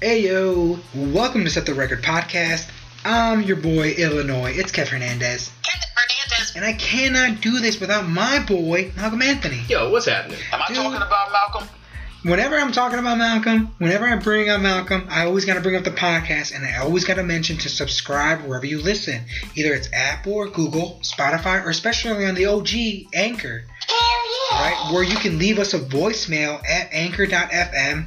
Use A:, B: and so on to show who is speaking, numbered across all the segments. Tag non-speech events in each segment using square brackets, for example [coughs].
A: Ayo, welcome to Set the Record Podcast. I'm your boy Illinois. It's Kev Hernandez.
B: Kenneth Hernandez.
A: And I cannot do this without my boy, Malcolm Anthony.
C: Yo, what's happening?
B: Am I
A: Dude.
B: talking about Malcolm?
A: Whenever I'm talking about Malcolm, whenever I bring up Malcolm, I always got to bring up the podcast and I always got to mention to subscribe wherever you listen. Either it's Apple or Google, Spotify, or especially on the OG Anchor. right? Where you can leave us a voicemail at anchor.fm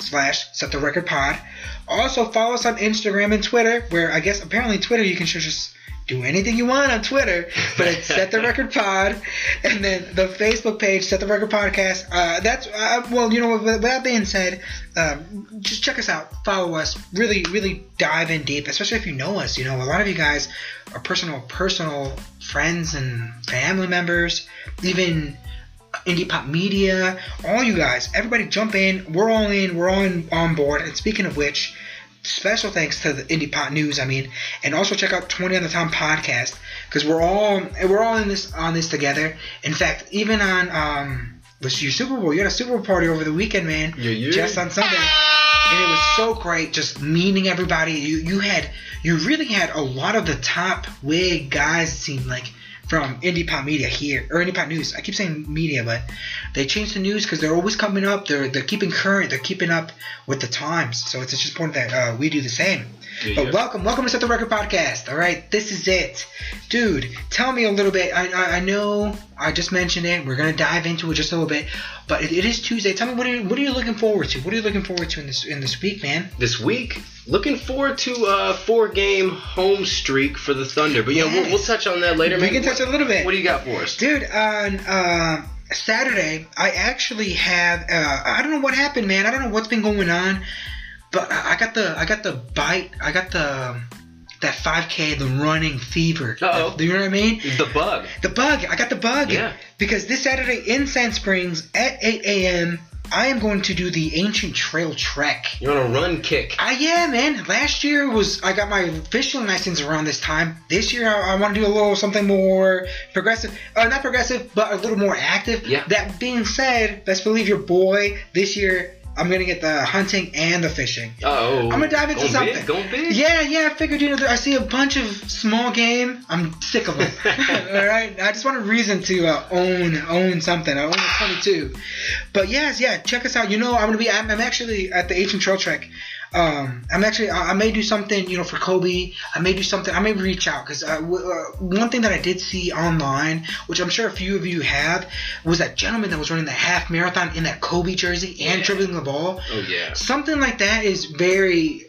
A: slash set the record pod. Also follow us on Instagram and Twitter, where I guess apparently Twitter you can just do anything you want on Twitter, but it's set the record pod, and then the Facebook page set the record podcast. Uh, that's uh, well, you know. with- With that being said, um, just check us out, follow us, really, really dive in deep, especially if you know us. You know, a lot of you guys are personal, personal friends and family members, even indie pop media, all you guys, everybody jump in. We're all in. We're all in, on board. And speaking of which, special thanks to the indie pop news. I mean, and also check out Twenty on the Tom podcast because we're all we're all in this on this together. In fact, even on um, was your Super Bowl? You had a Super Bowl party over the weekend, man.
C: Yeah, yeah.
A: Just on Sunday and it was so great just meeting everybody you you had you really had a lot of the top wig guys it seemed like from indie pop media here or indie pop news i keep saying media but they changed the news because they're always coming up they're they're keeping current they're keeping up with the times so it's just important that uh, we do the same
C: Yeah,
A: but
C: yeah.
A: welcome, welcome to Set the Record Podcast. All right, this is it, dude. Tell me a little bit. I, I, I know I just mentioned it. We're gonna dive into it just a little bit, but it, it is Tuesday. Tell me what are you, what are you looking forward to? What are you looking forward to in this in this week, man?
C: This week, looking forward to a four-game home streak for the Thunder. But you know,
A: Yes.
C: we'll, we'll touch on that later.
A: We
C: man.
A: can touch
C: What-
A: a little bit.
C: What do you got for us?
A: Dude, on uh, Saturday, I actually had uh, I don't know what happened, man. I don't know what's been going on, but I I got the I got the bite. I got the um, that 5K, the running fever.
C: Uh-oh.
A: Do you know what I mean?
C: The bug.
A: The bug. I got the bug.
C: Yeah.
A: Because this Saturday in Sand Springs at 8 a.m., I am going to do the Ancient Trail Trek.
C: You're on a run kick.
A: Ah, yeah, man. Last year was I got my fishing license around this time. This year I, I want to do a little something more progressive, uh, not progressive, but a little more active.
C: Yeah.
A: That being said, best believe your boy this year. I'm gonna get the hunting and the fishing.
C: Oh,
A: I'm gonna dive into
C: going
A: something.
C: Big, going big.
A: Yeah, yeah. I figured, you know, I see a bunch of small game. I'm sick of them. All right, I just want a reason to uh, own own something. I own a 22. But yes, yeah. Check us out. You know, I'm gonna be. I'm, I'm actually at the Ancient Trail Trek. Um, I'm actually. I, I may do something. You know, for Kobe. I may do something. I may reach out because uh, w- uh, one thing that I did see online, which I'm sure a few of you have, was that gentleman that was running the half marathon in that Kobe jersey and
C: Yeah.
A: dribbling the ball
C: Oh yeah.
A: something like that is very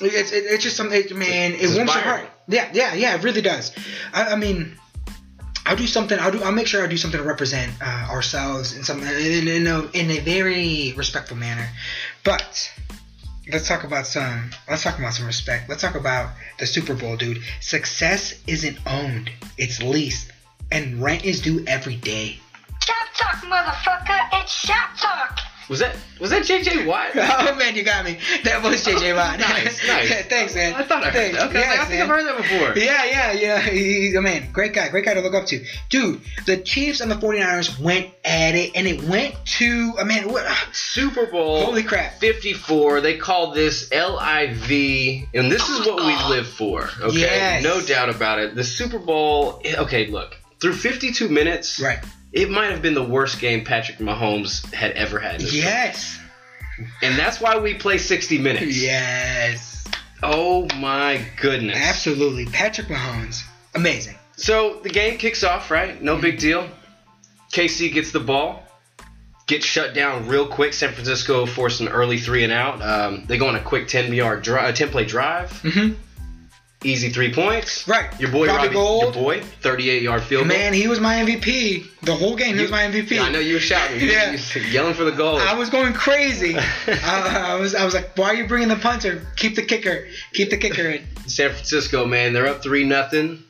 A: it's it, it's just something man
C: It's
A: it warms your
C: inspiring.
A: heart yeah yeah yeah it really does i, I mean I'll do something. I'll do. I'll make sure I do something to represent uh, ourselves in some in, in, a, in a very respectful manner. But let's talk about some. Let's talk about some respect. Let's talk about the Super Bowl, dude. Success isn't owned; it's leased, and rent is due every day. [laughs]
B: Shop talk, motherfucker. It's shop talk.
C: Was that was that JJ Watt?
A: [laughs] Oh man, you got me. That was JJ Watt.
C: [laughs] nice,
A: [laughs]
C: nice.
A: Thanks, man.
C: I thought I heard
A: Thanks.
C: that. Okay, I was like, I
A: Yes,
C: think I've
A: man.
C: heard that before.
A: Yeah, yeah, yeah. [laughs] He's a man. Great guy. Great guy to look up to. Dude, the Chiefs and the 49ers went at it, and it went to, I mean, what? [sighs]
C: Super Bowl.
A: Holy crap.
C: 54. They call this LIV, and this is what we live for. Okay,
A: Yes.
C: no doubt about it. The Super Bowl. Okay, look through 52 minutes.
A: Right.
C: It might have been the worst game Patrick Mahomes had ever had. in his career.
A: Yes.
C: And that's why we play 60 minutes.
A: Yes.
C: Oh my goodness.
A: Absolutely. Patrick Mahomes. Amazing.
C: So the game kicks off, right? No big deal. KC gets the ball, gets shut down real quick. San Francisco forced an early three and out. Um, they go on a quick 10 yard drive, 10 play drive.
A: Mm-hmm.
C: Easy three points.
A: Right.
C: Your boy
A: Robbie
C: Robbie,
A: Gold.
C: Your boy, 38 yard field goal.
A: Man, he was my MVP. The whole game, he was
C: You-
A: my MVP.
C: Yeah, I know you were shouting. You-
A: [laughs] Yeah.
C: you were yelling for the goal.
A: I was going
C: [laughs]
A: crazy. Uh, I, I was, I was like, why are you bringing the punter? Keep the kicker. Keep the kicker in.
C: San Francisco, man, they're up three nothing.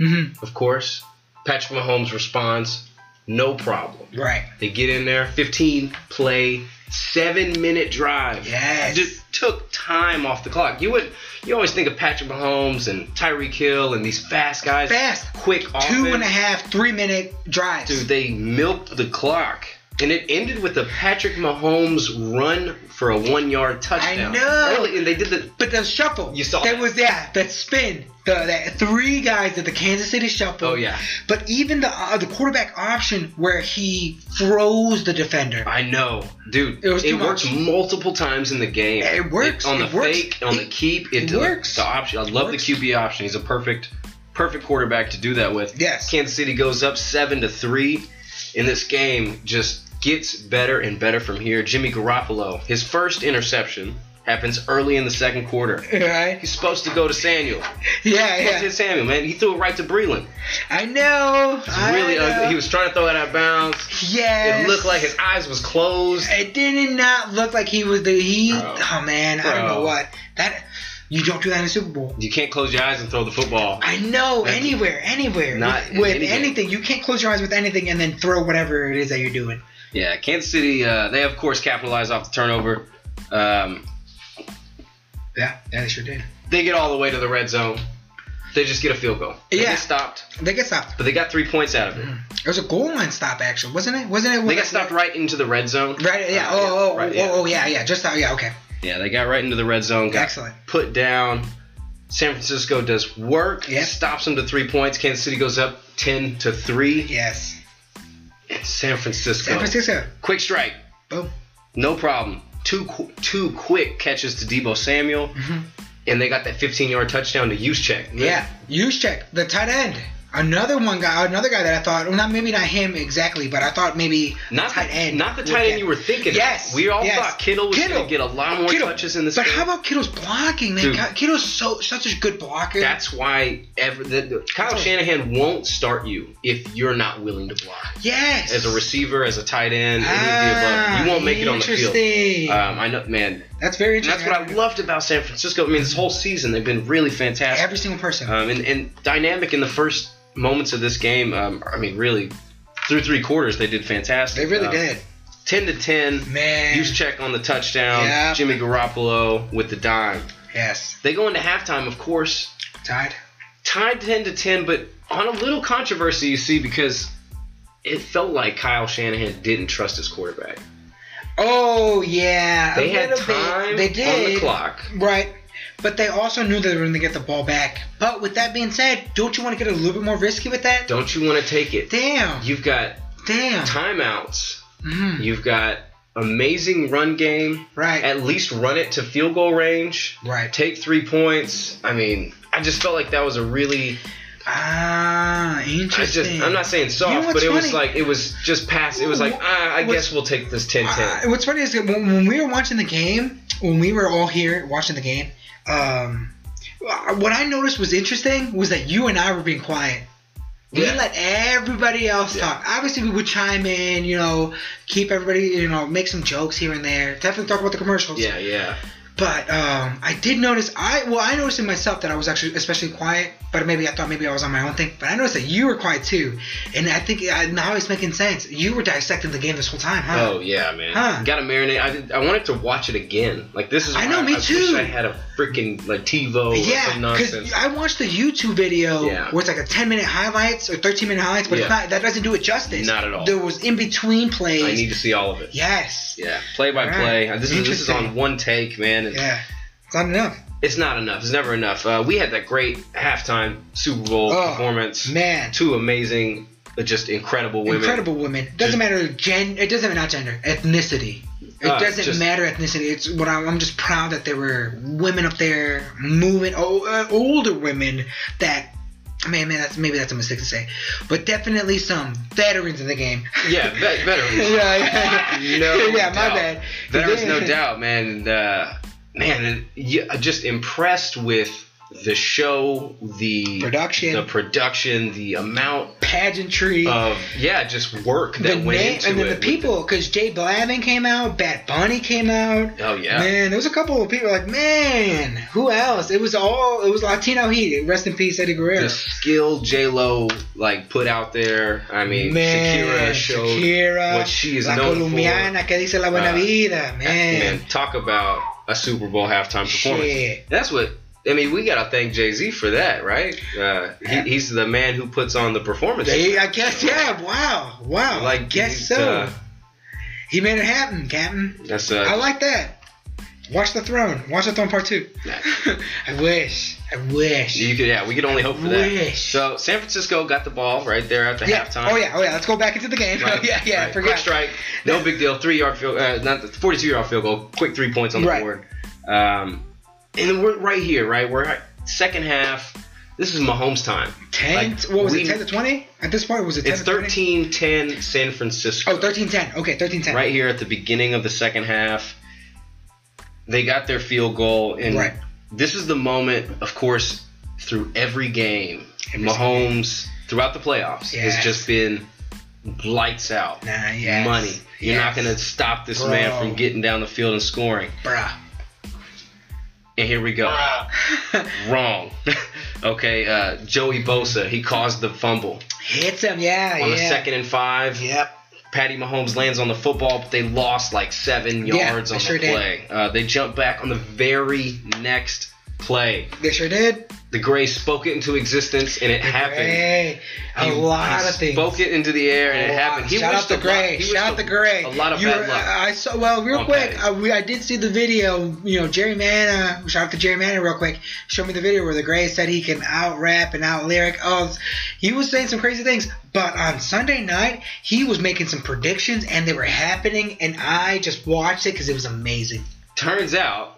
A: Mm-hmm.
C: Of course, Patrick Mahomes responds, no problem.
A: Right.
C: They get in there, 15 play, seven minute drive.
A: Yes.
C: Just took time off the clock. You would, you always think of Patrick Mahomes and Tyreek Hill and these fast guys.
A: Fast.
C: Quick offense.
A: Two and a half, three minute drives.
C: Dude, they milked the clock. And it ended with a Patrick Mahomes run for a one-yard touchdown.
A: know.
C: Early, and they did the
A: But the shuffle.
C: You saw
A: That
C: that.
A: was, yeah, that spin. The, that three guys did the Kansas City shuffle.
C: Oh, yeah.
A: But even the uh, the quarterback option where he froze the defender.
C: I know, dude.
A: It was too
C: worked
A: much.
C: multiple times in the game.
A: It works,
C: on the
A: it works.
C: fake, on the
A: It-
C: keep.
A: it
C: to the-
A: works.
C: The, option. I love
A: works.
C: the QB option. He's a perfect, perfect quarterback to do that with.
A: Yes.
C: Kansas City goes up seven to three, and this game just gets better and better from here. Jimmy Garoppolo, his first interception happens early in the second quarter.
A: Right?
C: He's supposed to go to Samuel.
A: Yeah,
C: He
A: yeah.
C: hit Samuel, man. He threw it right to Breland.
A: I know.
C: It's
A: I
C: really
A: know.
C: ugly. He was trying to throw it out of bounds.
A: Yes.
C: It looked like his eyes was closed.
A: It did not look like he was the he.
C: Bro.
A: Oh man, I don't
C: Bro.
A: know what that. You don't do that in the Super Bowl.
C: You can't close your eyes and throw the football.
A: I know
C: Thank you.
A: anywhere, anywhere
C: Not
A: with, with
C: in any game.
A: anything. You can't close your eyes with anything and then throw whatever it is that you're doing.
C: Yeah, Kansas City. Uh, they of course capitalize off the turnover. Um,
A: Yeah, yeah, they sure did.
C: they get all the way to the red zone. They just get a field goal. They
A: Yeah.
C: get stopped,
A: They get stopped.
C: but they got three points out of it.
A: It was a goal line stop, actually, wasn't it? Wasn't it?
C: They got stopped right into the red zone.
A: Right. Yeah.
C: Uh,
A: oh. Oh.
C: right,
A: oh,
C: yeah.
A: oh. Yeah. Yeah. Just stop. Yeah. Okay.
C: Yeah, they got right into the red zone. Got
A: Excellent.
C: put down. San Francisco does work.
A: Yeah.
C: Stops them to three points. Kansas City goes up ten to three.
A: Yes.
C: San Francisco.
A: San Francisco.
C: Quick strike.
A: Boom.
C: No problem. Two qu- two quick catches to Debo Samuel, and they got that 15 yard touchdown to Juszczyk.
A: Mm-hmm. Yeah. check the tight end. Another one guy, another guy that I thought, well, not maybe not him exactly, but I thought maybe
C: Not
A: tight
C: the,
A: end.
C: Not the
A: would
C: tight
A: get-
C: end you were thinking. of.
A: Yes,
C: We all
A: yes.
C: thought Kittle was
A: Kittle.
C: going to get a lot more
A: Kittle.
C: touches in this
A: But
C: game.
A: how about Kittle's blocking? Man,
C: Dude.
A: Ki- Kittle's so such a good blocker.
C: That's why ever the, the- Kyle
A: That's all.
C: Shanahan won't start you if you're not willing to block.
A: yes.
C: As a receiver, as a tight end, any of the
A: Ah,
C: above, you won't make it on the field.
A: Interesting.
C: Um, I know, man.
A: that's very
C: And that's
A: interesting.
C: what I loved about San Francisco. I mean, this whole season they've been really fantastic.
A: Every single person.
C: um, and, and dynamic in the first moments of this game. Um, I mean, really, through three quarters, they did fantastic.
A: they really
C: Um,
A: did.
C: 10 to 10.
A: Man.
C: Use check on the touchdown.
A: Yeah.
C: Jimmy Garoppolo with the dime.
A: Yes.
C: They go into halftime, of course,
A: Tied.
C: tied 10 to 10, but on a little controversy, you see, because it felt like Kyle Shanahan didn't trust his quarterback.
A: Oh yeah.
C: They
A: a
C: had
A: little bit.
C: time
A: They did.
C: on the clock.
A: Right. But they also knew they were going to get the ball back. But with that being said, don't you want to get a little bit more risky with that?
C: Don't you want to take it?
A: Damn.
C: You've got
A: Damn.
C: timeouts.
A: Mhm.
C: You've got amazing run game.
A: Right.
C: At least run it to field goal range.
A: right.
C: Take three points. I mean, I just felt like that was a really.
A: Ah,
C: I
A: interesting.
C: just. I'm not saying soft,
A: You know what's
C: but it was
A: funny?
C: like it was just pass. It was like ah, I
A: What's-
C: guess we'll take this 10-10.
A: Uh, what's funny is that when, when we were watching the game, when we were all here watching the game, um, uh, what I noticed was interesting was that you and I were being quiet. We
C: Yeah.
A: let everybody else
C: Yeah.
A: talk. Obviously, we would chime in, you know, keep everybody, you know, make some jokes here and there. Definitely talk about the commercials.
C: yeah, yeah.
A: But um, I did notice I well I noticed in myself that I was actually especially quiet. But maybe I thought maybe I was on my own thing. But I noticed that you were quiet too, and I think I, now it's making sense. You were dissecting the game this whole time, huh?
C: Oh yeah, man.
A: Ah. Huh.
C: Gotta marinate. I, did- I wanted to watch it again. Like this is.
A: I
C: why
A: know, me
C: I
A: too.
C: Wish I had a freaking like TiVo or
A: Yeah,
C: some
A: because
C: nonsense.
A: I watched the YouTube video
C: Yeah.
A: where it's like a 10 minute highlights or 13 minute highlights, but it's
C: Yeah.
A: not, that doesn't do it justice.
C: Not at all.
A: There was in between plays.
C: I need to see all of it.
A: yes.
C: Yeah, play by
A: Alright.
C: play. This is this is
A: Interesting.
C: on one take, man. And
A: Yeah. It's not enough.
C: It's not enough. It's never enough. Uh, we had that great halftime Super Bowl
A: Oh,
C: performance.
A: Man.
C: Two amazing, uh, just incredible women.
A: Incredible women. Doesn't matter gen. It doesn't matter not gender. Ethnicity. It
C: Uh,
A: doesn't
C: just-
A: matter ethnicity. It's what I'm, I'm just proud that there were women up there moving. Oh, uh, older women that. Man, man, that's maybe that's a mistake to say, but definitely some veterans in the game.
C: [laughs] Yeah, ve-
A: [laughs]
C: veterans.
A: yeah, yeah, [laughs] yeah.
C: No
A: yeah, my
C: doubt.
A: bad.
C: Veterans,
A: Yeah.
C: no doubt, man. And, uh, man, and, yeah, just impressed with the show, the
A: Production.
C: the production, the amount
A: Pageantry.
C: of yeah, just work
A: the
C: Uh, that went
A: name
C: into
A: and then
C: it.
A: the
C: with
A: people, because Jay Blavin came out, Bat Bunny came out.
C: oh yeah.
A: Man, there was a couple of people like, man, who else? It was all it was Latino heat. Rest in peace, Eddie Guerrero.
C: The skill J Lo like put out there. I mean,
A: man,
C: Shakira showed
A: Shakira,
C: what she is
A: La
C: known
A: Colombiana que dice la buena
C: Uh,
A: vida,
C: for. Man,
A: man.
C: talk about a Super Bowl halftime performance.
A: Shit.
C: That's what I mean. We gotta thank Jay Z for that, right? Uh, he, he's the man who puts on the performance.
A: They, I guess yeah. Wow, wow. I
C: like
A: guess
C: he's,
A: so.
C: uh,
A: He made it happen, Captain.
C: That's uh,
A: I like that. Watch the throne. Watch the throne part two.
C: Nah.
A: I wish. I wish.
C: You could, yeah, we could only hope for that.
A: Wish.
C: So San Francisco got the ball right there at the
A: yeah.
C: halftime.
A: Oh yeah. Oh yeah. Let's go back into the game. [laughs]
C: Right,
A: yeah. Yeah.
C: right.
A: I forgot.
C: Quick strike, no big deal. Three yard field, uh, not the forty-two yard field goal. Quick three points on the
A: Right.
C: board. Um, and we're right here, right? We're at second half. This is Mahomes time.
A: Ten.
C: Like,
A: what was
C: we-
A: it? Ten to twenty? At this point, was it? 10
C: It's
A: to 20?
C: 13-10 San Francisco.
A: Oh, 13-10. Okay, 13-10.
C: Right here at the beginning of the second half, they got their field goal, and
A: Right.
C: this is the moment, of course, through every game.
A: Every
C: Mahomes throughout the playoffs
A: Yes.
C: has just been lights out.
A: Nah, yes.
C: money. You're
A: Yes.
C: not going to stop this man
A: Bro.
C: from getting down the field and scoring. And here we go.
A: Bruh.
C: Wrong. [laughs] okay, uh, Joey Bosa, he caused the fumble
A: [laughs] Hits him, yeah,
C: on
A: yeah.
C: the second and five.
A: Yep.
C: Patty Mahomes lands on the football, but they lost like seven
A: Yeah,
C: yards
A: they
C: on
A: sure
C: the
A: did.
C: play. Uh, they jump back on the very next play.
A: They sure did.
C: The Grays spoke it into existence, and it happened.
A: Hey, a
C: He-
A: lot
C: he
A: of things.
C: Spoke it into the air, and
A: A
C: it
A: lot.
C: happened. He
A: Oh, Shout
C: wished
A: out the
C: a lot-
A: Gray.
C: he wished
A: Shout
C: a-
A: out the uh, Gray.
C: A lot of
A: You
C: bad
A: were-
C: luck.
A: I I saw. Well, real
C: on
A: quick,
C: Patty.
A: I, we, I did see the video. You know, Jerry Manna. Shout out to Jerry Manna, real quick. Show me the video where the Gray said he can out rap and out lyric. Oh, he was saying some crazy things. But on Sunday night, he was making some predictions, and they were happening. And I just watched it because it was amazing.
C: Turns out,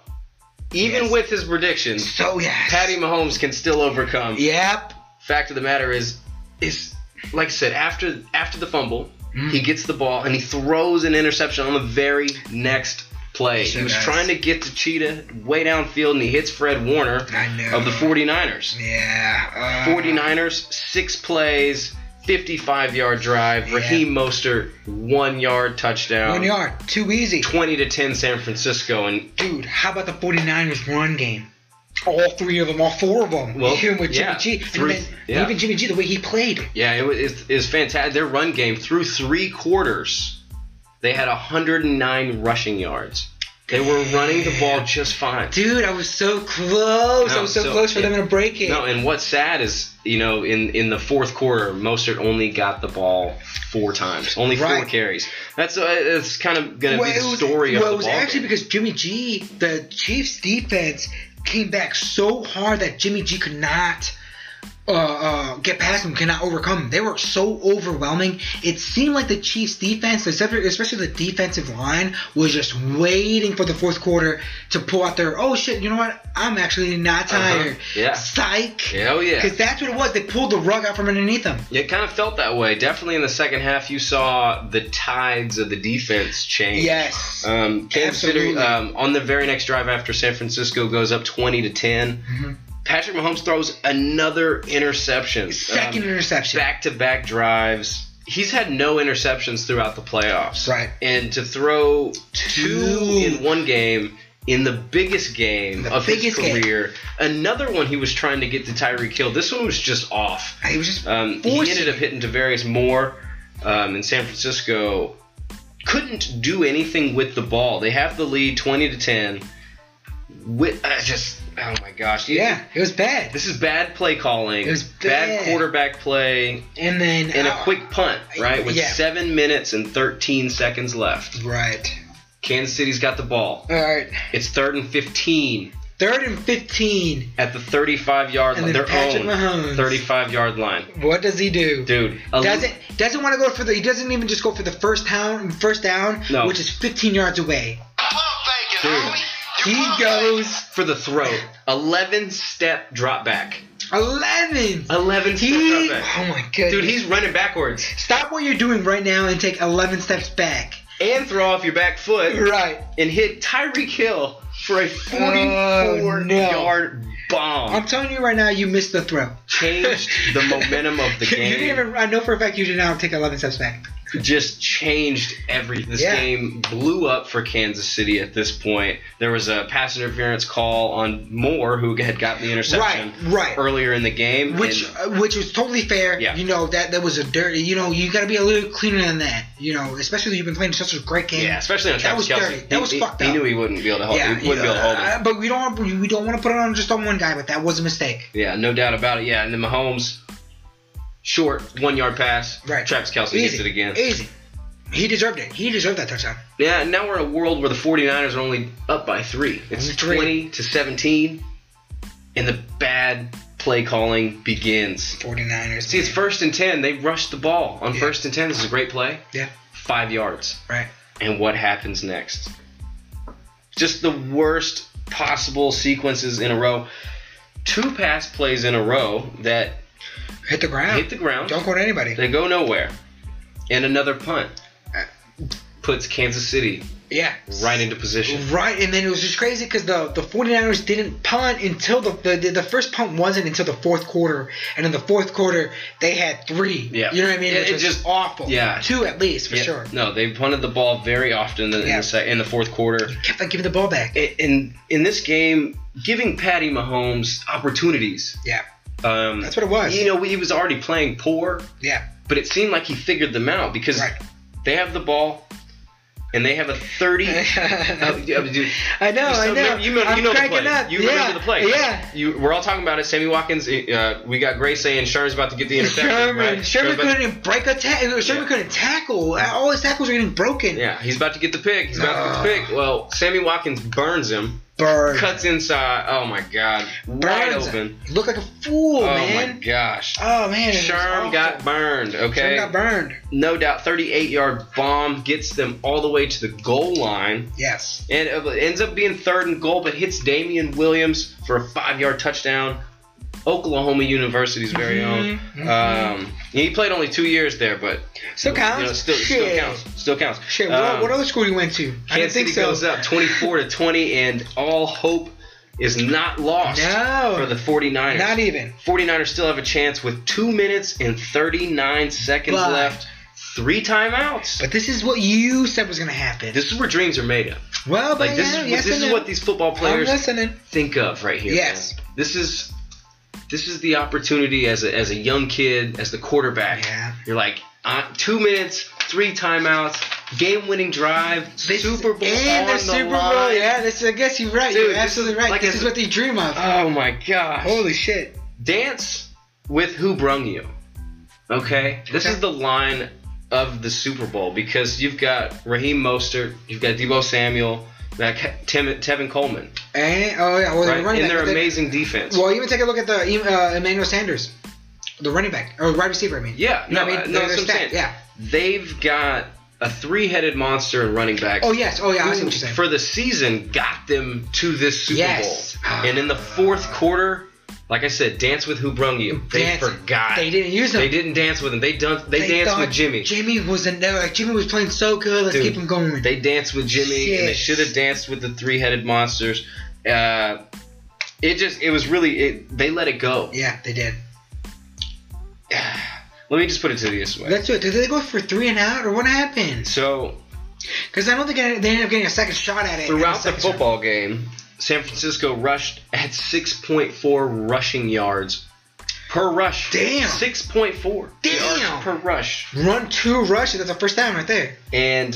C: even
A: Yes.
C: with his predictions,
A: So yes.
C: Patty Mahomes can still overcome.
A: Yep.
C: Fact of the matter is, is like I said, after after the fumble,
A: Hmm.
C: he gets the ball and he throws an interception on the very next play.
A: Sure
C: he was
A: does.
C: trying to get to Cheetah way downfield and he hits Fred Warner
A: I know.
C: of the 49ers.
A: Yeah. uh,
C: 49ers, six plays, 55 yard drive,
A: Yeah.
C: Raheem Mostert, one yard touchdown.
A: One yard. Too easy.
C: 20 to 10 San Francisco and
A: Dude, how about the 49ers run game? All three of them, all four of them.
C: Well,
A: Him with Jimmy
C: yeah,
A: G. And
C: three-
A: then
C: yeah.
A: Even Jimmy G, the way he played.
C: Yeah, it was, it's, it's fantastic. Their run game through three quarters, they had 109 rushing yards. They were running the ball just fine.
A: Dude, I was so close.
C: No,
A: I was so,
C: so-
A: close for
C: yeah.
A: them to break it.
C: No, and what's sad is, you know, in, in the fourth quarter, Mostert only got the ball four times, only four
A: Right.
C: carries. That's uh, it's kind of going to
A: Well,
C: be
A: it
C: the
A: was-
C: story
A: well,
C: of
A: it
C: the
A: was
C: ball
A: actually
C: game.
A: because Jimmy G, the Chiefs defense, came back so hard that Jimmy G could not uh, uh, get past them, could not overcome them. They were so overwhelming. It seemed like the Chiefs defense, especially the defensive line, was just waiting for the fourth quarter to pull out their. Oh shit! You know what? I'm actually not tired.
C: Uh-huh. Yeah.
A: Psych.
C: Yeah, oh yeah.
A: Because that's what it was. They pulled the rug out from underneath them.
C: It kind of felt that way. Definitely in the second half, you saw the tides of the defense change.
A: Yes.
C: Um, Kansas City
A: Absolutely.
C: um, on the very next drive after San Francisco goes up twenty to 10
A: Mm-hmm.
C: Patrick Mahomes throws another interception.
A: Second interception.
C: um, Back to back drives. He's had no interceptions throughout the playoffs.
A: Right.
C: And to throw two
A: Two.
C: in one game in the biggest game
A: The
C: of
A: biggest
C: his
A: game.
C: career, another one he was trying to get to Tyreek Hill. This one was just off.
A: It was just
C: Um, he
A: forcing
C: ended up hitting Tavarius Moore um, in San Francisco. Couldn't do anything with the ball. They have the lead, twenty to ten. With I just oh my gosh,
A: Yeah, it was bad.
C: This is bad play calling.
A: It was
C: bad
A: bad.
C: quarterback play
A: And then
C: and a
A: uh,
C: quick punt, right? With
A: Yeah.
C: seven minutes and thirteen seconds left,
A: Right.
C: Kansas City's got the ball.
A: All right.
C: It's third and fifteen
A: Third and 15.
C: at the thirty-five yard
A: And
C: line.
A: then
C: Their
A: Patrick
C: own
A: Mahomes.
C: thirty-five yard line,
A: What does he do?
C: dude. um, a-
A: Doesn't doesn't want to go for the. He doesn't even just go for the first down. First down,
C: No.
A: which is 15 yards away.
C: Dude.
A: He goes
C: for the throat. 11 step drop back.
A: 11.
C: 11 step
A: He.
C: drop back.
A: Oh my goodness.
C: Dude, he's running backwards
A: Stop what you're doing right now and take 11 steps back.
C: and throw off your back foot
A: Right.
C: and hit Tyreek Hill for a 44
A: Oh, no.
C: yard
A: I'm
C: bomb.
A: telling you right now, you missed the throw.
C: Changed [laughs] the momentum of
A: [laughs]
C: the
A: You- You
C: game.
A: didn't even. I know for a fact you did not take 11 steps back.
C: Just changed everything. This
A: Yeah.
C: game blew up for Kansas City at this point. There was a pass interference call on Moore, who had gotten the interception
A: right.
C: earlier in the game.
A: Which,
C: and-
A: uh, which was totally fair.
C: Yeah.
A: You know that that was a dirty. You know you got to be a little cleaner than that. You know, especially you've been playing such a great game.
C: Yeah, especially on
A: That
C: Travis
A: was
C: Kelsey.
A: dirty. That
C: He-
A: was
C: he,
A: fucked
C: he
A: up.
C: knew he wouldn't be able to hold.
A: Yeah,
C: he wouldn't be able to hold him.
A: uh, but we don't we don't want to put it on just on one guy. But that was a mistake.
C: Yeah, no doubt about it. Yeah, and then Mahomes, short one yard pass.
A: Right.
C: Travis Kelsey
A: Easy.
C: gets it again.
A: Easy. He deserved it. He deserved that touchdown.
C: Yeah, and now we're in a world where the 49ers are only up by three. It's
A: Only three.
C: 20 to 17, and the bad play calling begins.
A: 49ers.
C: See, it's first and 10. They rushed the ball on
A: Yeah.
C: first and 10. This is a great play.
A: Yeah,
C: Five yards.
A: right.
C: And what happens next? Just the worst possible sequences in a row. Two pass plays in a row that
A: Hit the ground.
C: hit the ground.
A: Don't go to anybody.
C: They go nowhere. And another punt
A: Uh,
C: puts Kansas City
A: yeah.
C: right into position.
A: Right, and then it was just crazy because the, the 49ers didn't punt until the, the the first punt wasn't until the fourth quarter, and in the fourth quarter they had three.
C: Yeah.
A: you know what I mean.
C: It-
A: It, was
C: it
A: just,
C: just-
A: awful.
C: yeah.
A: two at least for
C: Yeah,
A: sure.
C: No, they punted the ball very often in the, in,
A: Yeah.
C: the sec- in the fourth quarter.
A: Kept on giving the ball back.
C: I- In in this game, giving Patty Mahomes opportunities.
A: Yeah,
C: Um,
A: That's what it was.
C: You know, he was already playing poor,
A: yeah,
C: but it seemed like he figured them out because
A: right.
C: they have the ball and they have a
A: [laughs]
C: thirty. [laughs] Oh, [laughs] yeah, but dude,
A: I know,
C: you
A: I
C: still
A: know.
C: remember- you remember, you
A: I'm
C: know the
A: cracking
C: play.
A: up.
C: You
A: yeah.
C: remember the play.
A: Yeah.
C: You, we're all talking about it. Sammy Watkins. Uh, we got Gray saying Sherman's about to get
A: [laughs]
C: the interception.
A: Sherman,
C: right?
A: Sherman
C: Sherman's about to-
A: couldn't break a tackle. Sherman
C: Yeah.
A: couldn't tackle. Uh, All his tackles were getting broken.
C: Yeah, he's about to get the pick. He's about
A: No.
C: to get the pick. Well, Sammy Watkins burns him,
A: Burn.
C: cuts inside. Oh my God, wide
A: Burns.
C: open.
A: Look like a fool,
C: Oh
A: man.
C: my gosh.
A: Oh man, it was
C: Sherm
A: awful.
C: got burned.
A: Sherm
C: Okay,
A: got burned.
C: no doubt. 38 yard bomb gets them all the way to the goal line,
A: Yes.
C: and it ends up being third and goal, but hits Damian Williams for a five yard touchdown. Oklahoma University's very own.
A: Mhm.
C: Um, he played only two years there, but
A: Still counts.
C: You know, still,
A: Shit.
C: still counts. Still counts.
A: Shit. What,
C: Um,
A: what other school you went to? I didn't
C: Kansas
A: think
C: City
A: so.
C: goes up 24 to 20, and all hope is not
A: [gasps]
C: lost
A: No.
C: for the 49ers.
A: Not e- even.
C: 49ers still have a chance with two minutes and 39 seconds
A: But-
C: left, three timeouts.
A: But this is what you said was gonna happen.
C: this is where dreams are made of.
A: well, but
C: Like this
A: Oh, yeah,
C: is
A: yes
C: this
A: and
C: is
A: no.
C: what these football players
A: I'm listening.
C: think of right here.
A: Yes.
C: man. This is this is the opportunity as a, as a young kid, as the quarterback.
A: Yeah.
C: You're like uh, two minutes, three timeouts, game-winning drive,
A: This-
C: Super Bowl
A: and
C: on
A: the Super
C: line.
A: Bowl. Yeah, this. I guess you're right.
C: Dude,
A: you're
C: this is
A: absolutely right.
C: like
A: this
C: a-
A: is what they dream of.
C: Oh my gosh.
A: Holy shit.
C: Dance with Who Brung You. Okay? This
A: Okay.
C: is the line of the Super Bowl because you've got Raheem Mostert, you've got Debo Samuel, you've got Ke- Tim, Tevin Coleman,
A: And oh yeah, well, they're
C: right?
A: running
C: And
A: back.
C: their
A: They-
C: amazing defense.
A: Well, even take a look at the uh, Emmanuel Sanders, the running back or wide receiver. I mean.
C: yeah,
A: You know
C: no,
A: what I mean?
C: no,
A: They're-
C: that's
A: they're
C: what I'm
A: stacked,
C: saying.
A: Yeah.
C: They've got a three-headed monster in running back.
A: Oh yes. Oh yeah. I see what you're saying.
C: for the season got them to this Super
A: Yes. Ah.
C: Bowl. And in the fourth quarter, like I said, dance with who brung you. They
A: Dance.
C: forgot.
A: They didn't use them.
C: They didn't dance with him. They dun- They, danced with
A: thought
C: Jimmy.
A: Jimmy was in there. Like Jimmy was playing so good. Let's
C: Dude,
A: keep him going.
C: They danced with Jimmy, and they
A: Shit.
C: should have danced with the three-headed monsters. Uh, it just, it was really, it, they let it go.
A: yeah, they did.
C: Let me just put it to you this way.
A: Let's do it. Did they go for three and out, or what happened?
C: So
A: Because I don't think they they ended up getting a second shot at it.
C: throughout the
A: second
C: football game, San Francisco rushed at 6.4 rushing yards per rush.
A: Damn.
C: 6.4
A: Damn.
C: yards per rush.
A: shot. Run two rushes. That's the first time right there.
C: And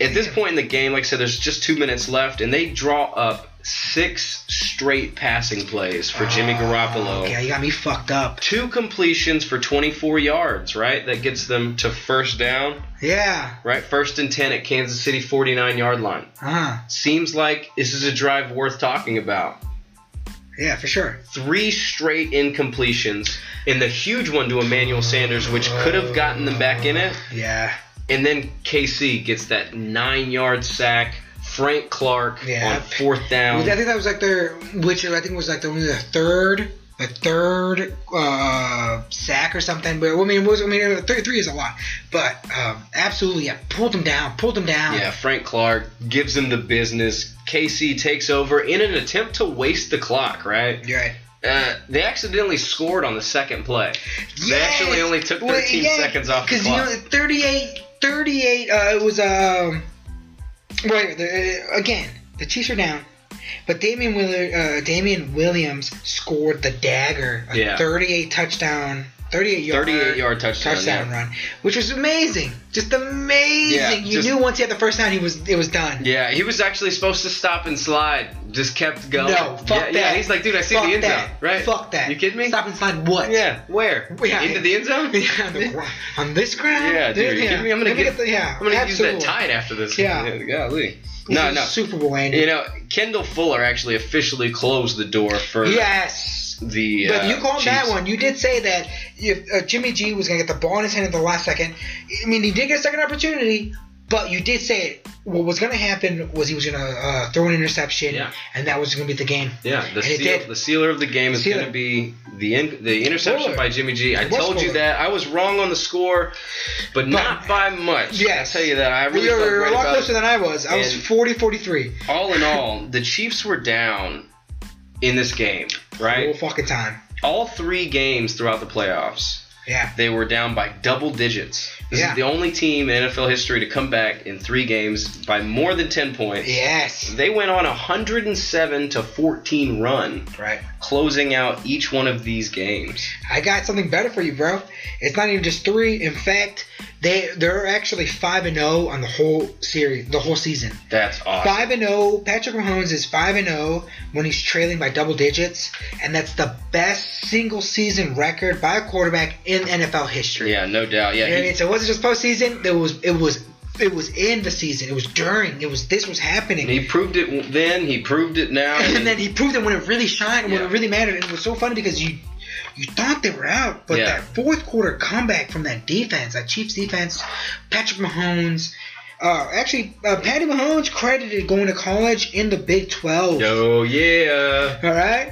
C: at this point in the game, like I said, there's just two minutes left, and they draw up six straight passing plays for
A: Oh,
C: Jimmy Garoppolo.
A: Yeah, you got me fucked up.
C: Two completions for 24 yards, right? That gets them to first down,
A: Yeah.
C: right? First and 10 at Kansas City 49 yard line.
A: Uh,
C: Seems like this is a drive worth talking about.
A: yeah, for sure.
C: three straight incompletions and the huge one to Emmanuel Sanders, which could have gotten them back in it.
A: Yeah.
C: And then KC gets that nine yard sack. Frank Clark
A: Yeah.
C: on fourth
A: I
C: down.
A: think that was like their, which I think was like the only the third, the third uh, sack or something. But I mean, it was, I mean, three, three is a lot, but um, absolutely, yeah, pulled them down, pulled them down.
C: Yeah, Frank Clark gives him the business. KC takes over in an attempt to waste the clock, right?
A: You're right.
C: Uh, they accidentally scored on the second play. They actually only took 13 seconds off the
A: Because you
C: clock.
A: know, 38, 38. Uh, it was um. Wait, the, uh, again, the Chiefs are down, but Damian Willard, uh, Damian Williams scored the dagger, a
C: Yeah.
A: 38 touchdown, 38 yard
C: 38 yard touchdown.
A: uh, touchdown
C: yeah.
A: run, which was amazing, just amazing.
C: Yeah,
A: you
C: just-
A: knew once he had the first down, he was it was done.
C: Yeah, he was actually supposed to stop and slide. Just kept going.
A: No, fuck
C: yeah,
A: that.
C: Yeah, he's like, dude, I see
A: Fuck
C: the end
A: that.
C: zone, right?
A: Fuck that.
C: You kidding me?
A: Stop and slide what?
C: Yeah, where?
A: Yeah.
C: Into the end
A: [laughs]
C: zone? [laughs]
A: Yeah, on the- on this ground.
C: Yeah, dude, you kidding me? I'm gonna
A: Let me
C: get-
A: the, yeah,
C: I'm gonna
A: absolutely.
C: use that tide after this.
A: Yeah.
C: [laughs] golly.
A: This
C: No,
A: is
C: no.
A: Super Bowl, Andy.
C: You know, Kendall Fuller actually officially closed the door for
A: yes.
C: the.
A: But
C: uh,
A: you called that
C: Chiefs.
A: one. You did say that if uh, Jimmy G was gonna get the ball in his hand at the last second. I mean, he did get a second opportunity, but you did say it. What was gonna happen was he was gonna uh, throw an interception,
C: Yeah.
A: and that was gonna be the game.
C: Yeah, the
A: And it
C: seal,
A: did.
C: the sealer of the game is
A: Sealer.
C: going to be the in, the interception
A: Fuller.
C: by Jimmy G. I
A: It was
C: told you
A: Fuller.
C: that. I was wrong on the score, but, not by much.
A: Yes.
C: I tell you that. I really
A: You're
C: felt
A: a
C: great
A: lot
C: about it.
A: closer than I was. I was
C: And-
A: 40-43.
C: All in all, the Chiefs were down in this game,
A: Whole
C: right?
A: fucking time.
C: All three games throughout the playoffs,
A: Yeah.
C: they were down by double digits. This
A: Yeah.
C: is the only team in NFL history to come back in three games by more than 10 points.
A: Yes.
C: They went on a 107 to 14 run,
A: Right.
C: closing out each one of these games.
A: I got something better for you, bro. It's not even just three. In fact, they they're actually five and zero on the whole series, the whole season.
C: That's awesome.
A: Five and zero. Patrick Mahomes is five and zero when he's trailing by double digits, and that's the best single season record by a quarterback in NFL history.
C: Yeah, no doubt. Yeah,
A: You know what I
C: he-
A: mean? So it wasn't just postseason. It was it was it was in the season. It was during. It was this was happening.
C: he, proved it w- then. He proved it now.
A: [laughs] and then he proved it when it really shined, when
C: Yeah.
A: it really mattered. And it was so funny because you you thought they were out, but
C: Yeah.
A: that fourth quarter comeback from that defense, that Chiefs defense, Patrick Mahomes. Uh, actually, uh, Patty Mahomes credited going to college in the Big 12.
C: oh yeah.
A: All right?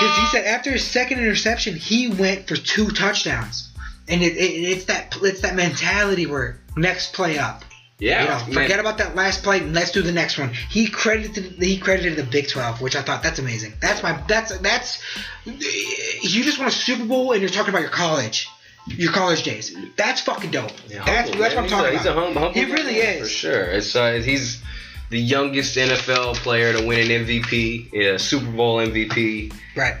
A: Because he said after his second interception, he went for two touchdowns. And it, it, it's that it's that mentality where next play up.
C: Yeah.
A: You know,
C: man.
A: forget about that last play. and Let's do the next one. He credited he credited the Big Twelve, which I thought that's amazing. That's my that's that's you just won a Super Bowl and you're talking about your college, your college days. That's fucking dope.
C: Yeah,
A: that's
C: humble,
A: that's what
C: man.
A: I'm
C: he's
A: talking
C: a, He's a
A: about.
C: hum- humble
A: He really
C: man,
A: is.
C: for sure. It's uh, he's the youngest NFL player to win an MVP, yeah, Super Bowl MVP.
A: Right,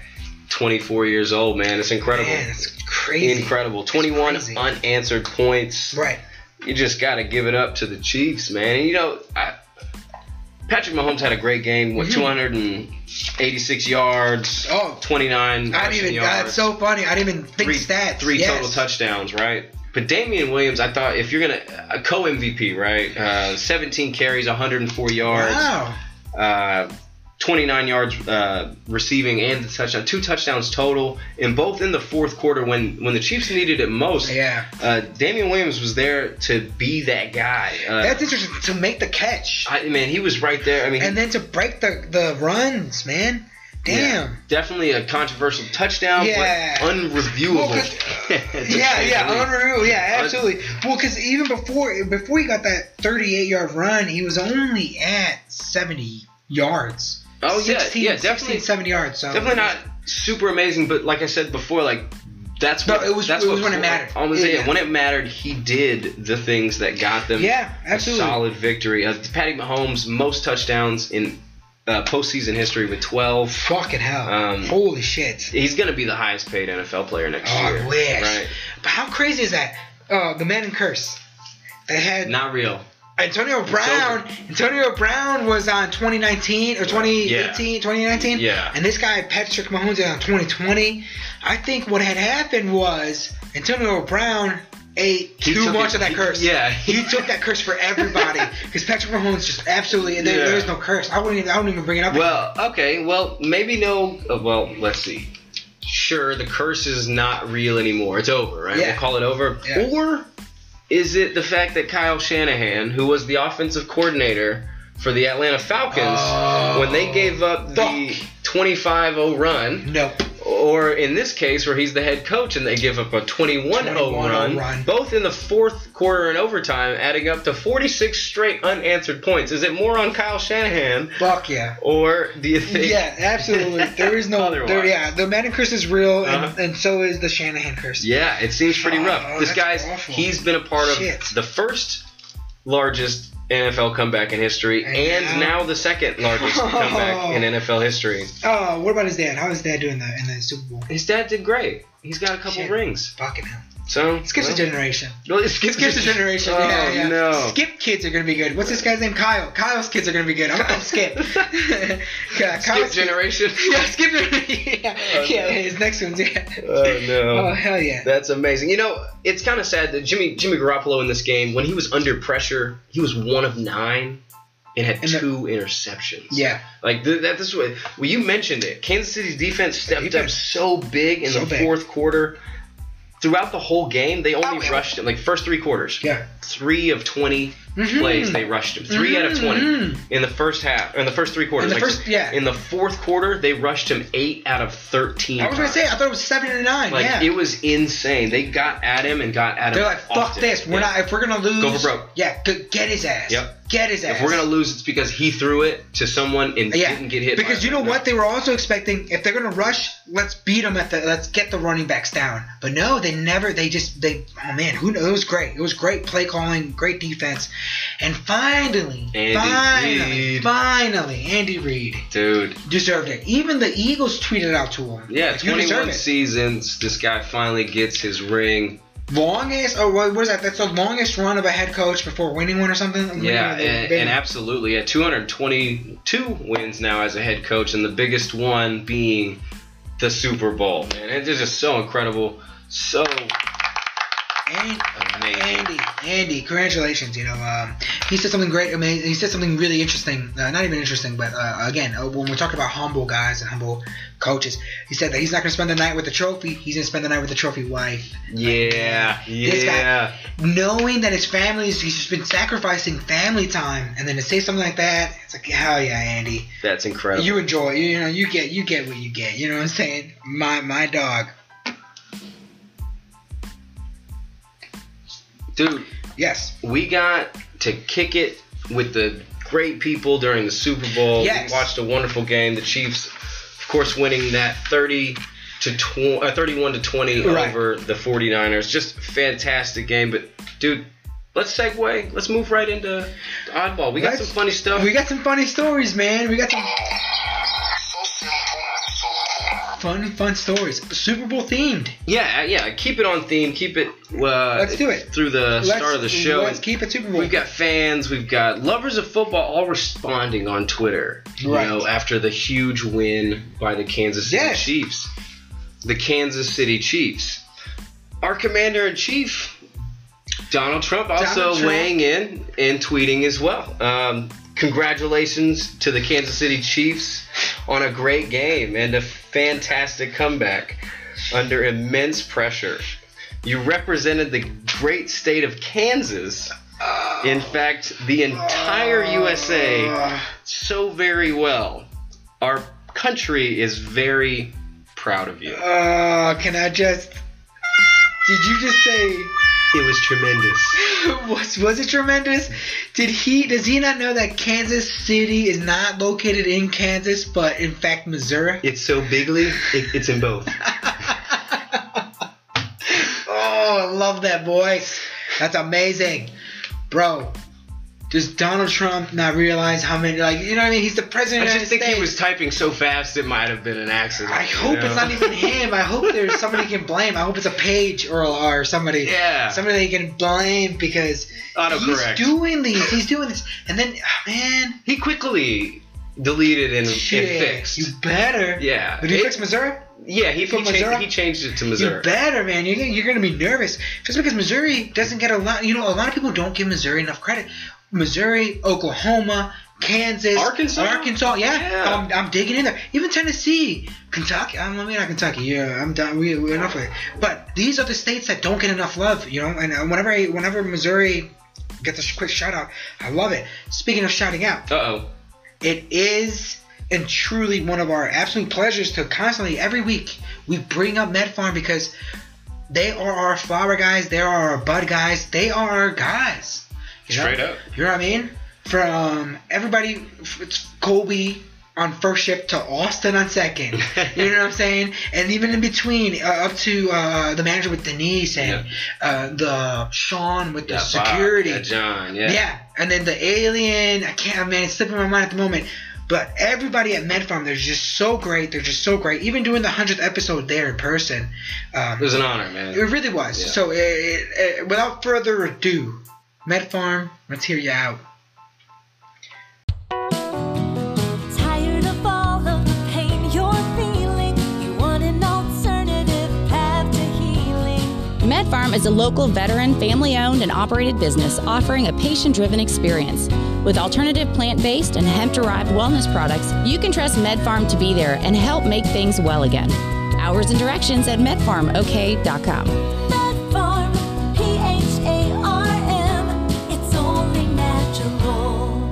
C: 24 years old, man. It's incredible.
A: man, that's crazy.
C: Incredible. 21
A: crazy.
C: unanswered points.
A: Right,
C: You just got to give it up to the Chiefs, man. And you know, I, Patrick Mahomes had a great game. What,
A: Mhm.
C: 286 yards,
A: Oh.
C: 29
A: I
C: rushing
A: didn't even.
C: yards
A: That's so funny. I didn't even think
C: three,
A: stats.
C: three
A: Yes.
C: total touchdowns, right? But Damian Williams, I thought if you're gonna a co MVP, right? Uh, 17 carries, 104 yards,
A: Wow.
C: uh, 29 yards uh, receiving, and the touchdown, two touchdowns total, and both in the fourth quarter when when the Chiefs needed it most.
A: Yeah,
C: Uh, Damian Williams was there to be that guy. Uh,
A: that's interesting to make the catch
C: I, man, he was right there. I mean,
A: and then to break the the runs, man. Damn.
C: definitely a controversial touchdown,
A: Yeah.
C: but unreviewable.
A: Well,
C: [laughs]
A: 'cause- yeah, yeah, unreal. Yeah,
C: Un-
A: absolutely. Well, because even before before he got that 38 yard run, he was only at 70 yards.
C: Oh yeah, yeah,
A: 16,
C: definitely.
A: 70 yards. So
C: definitely not super amazing, but like I said before, like that's
A: No,
C: what
A: it was-
C: that's
A: it
C: what
A: was when it
C: Cor-
A: mattered.
C: I was saying,
A: Yeah.
C: when it mattered, he did the things that got them
A: Yeah,
C: a
A: absolutely.
C: solid victory. Uh, Patty Mahomes most touchdowns in uh, postseason history with twelve.
A: Fucking hell!
C: Um,
A: Holy shit!
C: He's gonna be the highest paid NFL player next
A: Oh,
C: year.
A: I wish.
C: Right?
A: But how crazy is that? Uh, the Madden curse. They had
C: Not real.
A: Antonio Brown. Antonio Brown was on 2019 or 2018, 2019.
C: Yeah.
A: And this guy Patrick Mahomes is on 2020. I think what had happened was Antonio Brown ate
C: He
A: too
C: took
A: much
C: it-
A: of that
C: he-
A: curse.
C: yeah.
A: He took that curse for
C: [laughs]
A: everybody because Patrick Mahomes just absolutely. There,
C: Yeah.
A: There's no curse. I wouldn't. Even, I wouldn't even bring it up.
C: Well, okay. Well, maybe no. Uh, well, let's see. Sure, the curse is not real anymore. It's over, right?
A: Yeah.
C: We'll call it over.
A: Yeah.
C: Or is it the fact that Kyle Shanahan, who was the offensive coordinator for the Atlanta Falcons,
A: Oh.
C: when they gave up the
A: Fuck.
C: 25 0 run,
A: no.
C: or in this case where he's the head coach and they give up a 21 0
A: 21-0
C: run,
A: run.
C: both in the fourth quarter and overtime, adding up to 46 straight unanswered points? Is it more on Kyle Shanahan?
A: Fuck yeah.
C: Or do you think
A: Yeah, absolutely. There is no.
C: [laughs] Otherwise.
A: There, yeah, the Madden curse is real,
C: Uh-huh.
A: and, and so is the Shanahan curse.
C: Yeah, it seems pretty
A: Oh,
C: rough. This
A: that's
C: guy's
A: awful.
C: he's been a part of
A: Shit.
C: the first largest NFL comeback in history,
A: And
C: and
A: now-
C: now the
A: [laughs]
C: second largest comeback in NFL history.
A: Oh, what about his dad? How is dad doing that in the Super Bowl?
C: His dad did great. He's got a couple
A: Shit.
C: rings.
A: Fucking hell.
C: So
A: Skips a
C: well, [laughs]
A: generation.
C: well, it skips,
A: Skips a generation.
C: Oh
A: yeah, yeah.
C: no!
A: Skip kids are gonna be good. What's this guy's name? Kyle. Kyle's kids are gonna be good. I'm, I'm
C: [laughs]
A: Skip. [laughs] yeah,
C: Skip
A: Kyle's
C: generation.
A: Yeah, Skip. [laughs] yeah,
C: [laughs] Oh,
A: yeah,
C: no.
A: his next one's yeah.
C: oh no!
A: Oh hell yeah.
C: That's amazing. You know, it's kind of sad that Jimmy Jimmy Garoppolo in this game, when he was under pressure, he was one of nine and had
A: And the-
C: two interceptions.
A: Yeah.
C: Like th- that. This was well, you mentioned it. Kansas City's defense stepped up
A: Defense.
C: so big in
A: So
C: the
A: big.
C: fourth quarter. Throughout the whole game, they only
B: Oh, yeah.
C: rushed him like first three quarters.
A: Yeah.
C: Three of 20
A: Mhm.
C: plays they rushed him. 3 out of twenty
A: Mhm.
C: in the first half, in the first three quarters.
A: In the
C: Like,
A: first- yeah.
C: In the fourth quarter, they rushed him eight out of thirteen.
A: I was gonna
C: times.
A: say I thought it was seven and nine.
C: Like
A: yeah.
C: it was insane. They got at him and got at
A: They're
C: him.
A: like, fuck
C: often.
A: this. We're
C: Yeah.
A: not. If we're gonna lose,
C: Go for broke.
A: Yeah, g- get his ass.
C: Yep.
A: Get his ass.
C: If we're gonna lose, it's because he threw it to someone and
A: Yeah,
C: didn't get hit. by
A: because
C: it.
A: you know
C: No.
A: what they were also expecting if they're gonna rush let's beat them at the let's get the running backs down but no they never they just they oh man who knows it was great it was great play calling great defense and finally
C: Andy
A: finally
C: Reid.
A: finally Andy Reid
C: dude.
A: deserved it even the Eagles tweeted out to him
C: Yeah,
A: like, you deserve
C: 21
A: it
C: seasons. This guy finally gets his ring.
A: longest or what was that that's the longest run of a head coach before winning one or something Winning
C: Yeah,
A: one of the-
C: and, and absolutely. At 222 wins now as a head coach, and the biggest one being the Super Bowl. Man, it is just so incredible, so
A: and
C: amazing.
A: Andy, Andy, congratulations. You know, um, he said something great, amazing. He said something really interesting. Uh, not even interesting, but uh, again, uh, when we're talking about humble guys and humble coaches, he said that he's not going to spend the night with the trophy. He's going to spend the night with the trophy wife,
C: Yeah,
A: This guy-
C: yeah.
A: knowing that his family's he's just been sacrificing family time, and then to say something like that, it's like hell yeah, Andy.
C: That's incredible.
A: You enjoy. You know, you get you get what you get. You know what I'm saying? My my dog.
C: Dude,
A: Yes.
C: we got to kick it with the great people during the Super Bowl.
A: Yes.
C: We watched a wonderful game. The Chiefs, of course, winning that 30 to tw- uh, 31 to 20
A: Right.
C: over the 49ers. Just fantastic game. But, dude, let's segue. Let's move right into oddball. We got
A: Let's-
C: some funny stuff.
A: We got some funny stories, man. We got some
B: So simple, so cool.
A: fun fun stories. Super Bowl themed.
C: yeah, uh, yeah. Keep it on theme. Keep it. Uh,
A: Let's do it.
C: through the start of the show.
A: Let's keep it Super Bowl.
C: We've got fans, we've got lovers of football all responding on Twitter. You
A: Right.
C: know, after the huge win by the Kansas City
A: Yes.
C: Chiefs. The Kansas City Chiefs. Our commander in chief, Donald Trump, also
A: Donald Trump.
C: weighing in and tweeting as well. Um, congratulations to the Kansas City Chiefs on a great game and a fantastic comeback under immense pressure. You represented the great state of Kansas. In fact, the entire USA so very well. Our country is very proud of you.
A: Uh, can I just? Did you just say? [laughs]
C: It was tremendous.
A: Was was it tremendous? Did he? Does he not know that Kansas City is not located in Kansas, but in fact Missouri?
C: It's so bigly, it, it's in both.
A: [laughs] Oh, I love that voice. That's amazing. Bro, does Donald Trump not realize how many, like, you know what I mean? He's the
C: I
A: president of the
C: just think
A: United
C: he
A: States.
C: was typing so fast it might have been an accident.
A: I
C: you
A: hope
C: know?
A: it's not even him. I hope there's somebody he can blame. I hope it's a page or, or somebody.
C: [laughs] Yeah.
A: Somebody they can blame because
C: Autocorrect.
A: he's doing these. He's doing this. And then, ah, man,
C: he quickly deleted and, and
A: shit.
C: fixed.
A: You better.
C: yeah.
A: But he
C: It-
A: fixed Missouri?
C: yeah, he,
A: from
C: he changed,
A: Missouri?
C: he changed it to
A: You
C: Missouri.
A: better, man. You're, gonna- you're going to be nervous just because Missouri doesn't get a lot. You know, a lot of people don't give Missouri enough credit. Missouri, Oklahoma, Kansas,
C: Arkansas?
A: Arkansas. Yeah,
C: Yeah.
A: I'm, I'm digging in there. Even Tennessee, Kentucky. I'm, I mean, not Kentucky. Yeah, I'm done. We, we're enough with it. But these are the states that don't get enough love. You know, and uh, whenever I, whenever Missouri gets a sh- quick shout out, I love it. Speaking of shouting out,
C: Uh oh.
A: it is and truly one of our absolute pleasures to constantly every week we bring up MedFarm because they are our flower guys, they are our bud guys, they are our guys. You know?
C: Straight up.
A: You know what I mean? From everybody, f- it's Colby, on first shift to Austin on
C: [laughs]
A: second. you know what I'm saying? And even in between, uh, up to uh, the manager with Denise and uh, the Sean with the
C: That Bob,
A: security.
C: that John, yeah.
A: yeah. and then the alien. I can't, man, it's slipping my mind at the moment. But everybody at MedFarm, they're just so great. They're just so great. Even doing the hundredth episode there in person, um,
C: It was an honor, man.
A: it really was.
C: Yeah.
A: So, it, it, it- without further ado, MedFarm, let's hear you out.
D: Tired of all of the pain you're feeling? You want an alternative path to healing?
E: MedFarm is a local veteran, family owned, and operated business offering a patient driven experience. With alternative plant based and hemp derived wellness products, you can trust MedFarm to be there and help make things well again. Hours and directions at medfarmok.com.
D: Farm, P H A R M. It's only natural.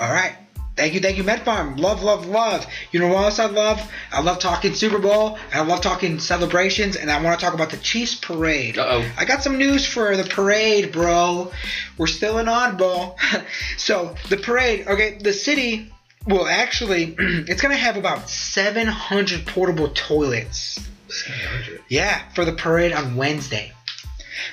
A: All right. Thank you, thank you, MedFarm. Love, love, love. You know what else I love? I love talking Super Bowl. I love talking celebrations, and I want to talk about the Chiefs parade.
C: Uh-oh.
A: I got some news for the parade, bro. We're still in oddball. [laughs] so the parade, okay, the city will actually, [clears throat] it's gonna have about 700 portable toilets.
C: 700.
A: Yeah, for the parade on Wednesday.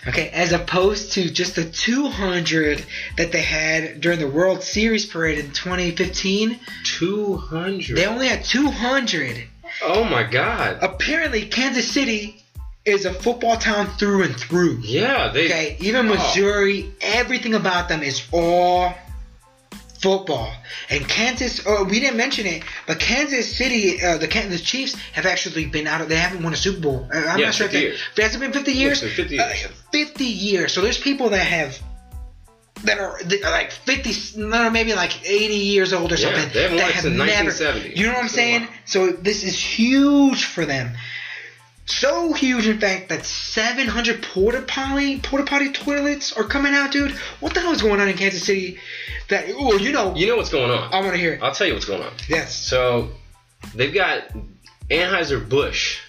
A: Okay, as opposed to just the 200 that they had during the World Series parade in 2015,
C: 200.
A: they only had 200.
C: oh my god.
A: Apparently, Kansas City is a football town through and through.
C: Yeah, they.
A: Okay, even
C: Oh.
A: Missouri, everything about them is all football. And Kansas, oh, we didn't mention it, but Kansas City, uh, the Kansas Chiefs have actually been out of. They haven't won a Super Bowl. Uh, I'm
C: Yeah,
A: not sure if
C: 50
A: they,
C: years.
A: if it hasn't been 50 years.
C: It's been 50
A: Uh,
C: years.
A: 50 years. So there's people that have. That are, that are like 50, no, maybe like 80 years old or
C: Yeah,
A: something.
C: they haven't
A: that
C: won since 1970.
A: You know what I'm
C: It's been a
A: saying?
C: while.
A: So this is huge for them. So huge, in fact, that 700 porta potty porta potty toilets are coming out, dude. What the hell is going on in Kansas City? That oh, you know,
C: You know what's going on.
A: I want to hear it.
C: I'll tell you what's going on.
A: Yes,
C: So, they've got Anheuser Busch.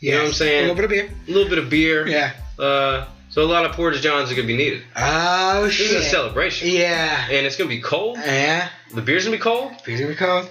C: You know what I'm
A: Yes.
C: saying?
A: A little bit of beer.
C: A little bit of beer.
A: Yeah.
C: Uh, so a lot of porta johns are gonna be needed.
A: Oh
C: This
A: shit.
C: is a celebration.
A: Yeah. Uh,
C: And it's gonna be cold.
A: Yeah.
C: The beer's gonna be cold.
A: Beer's gonna be cold.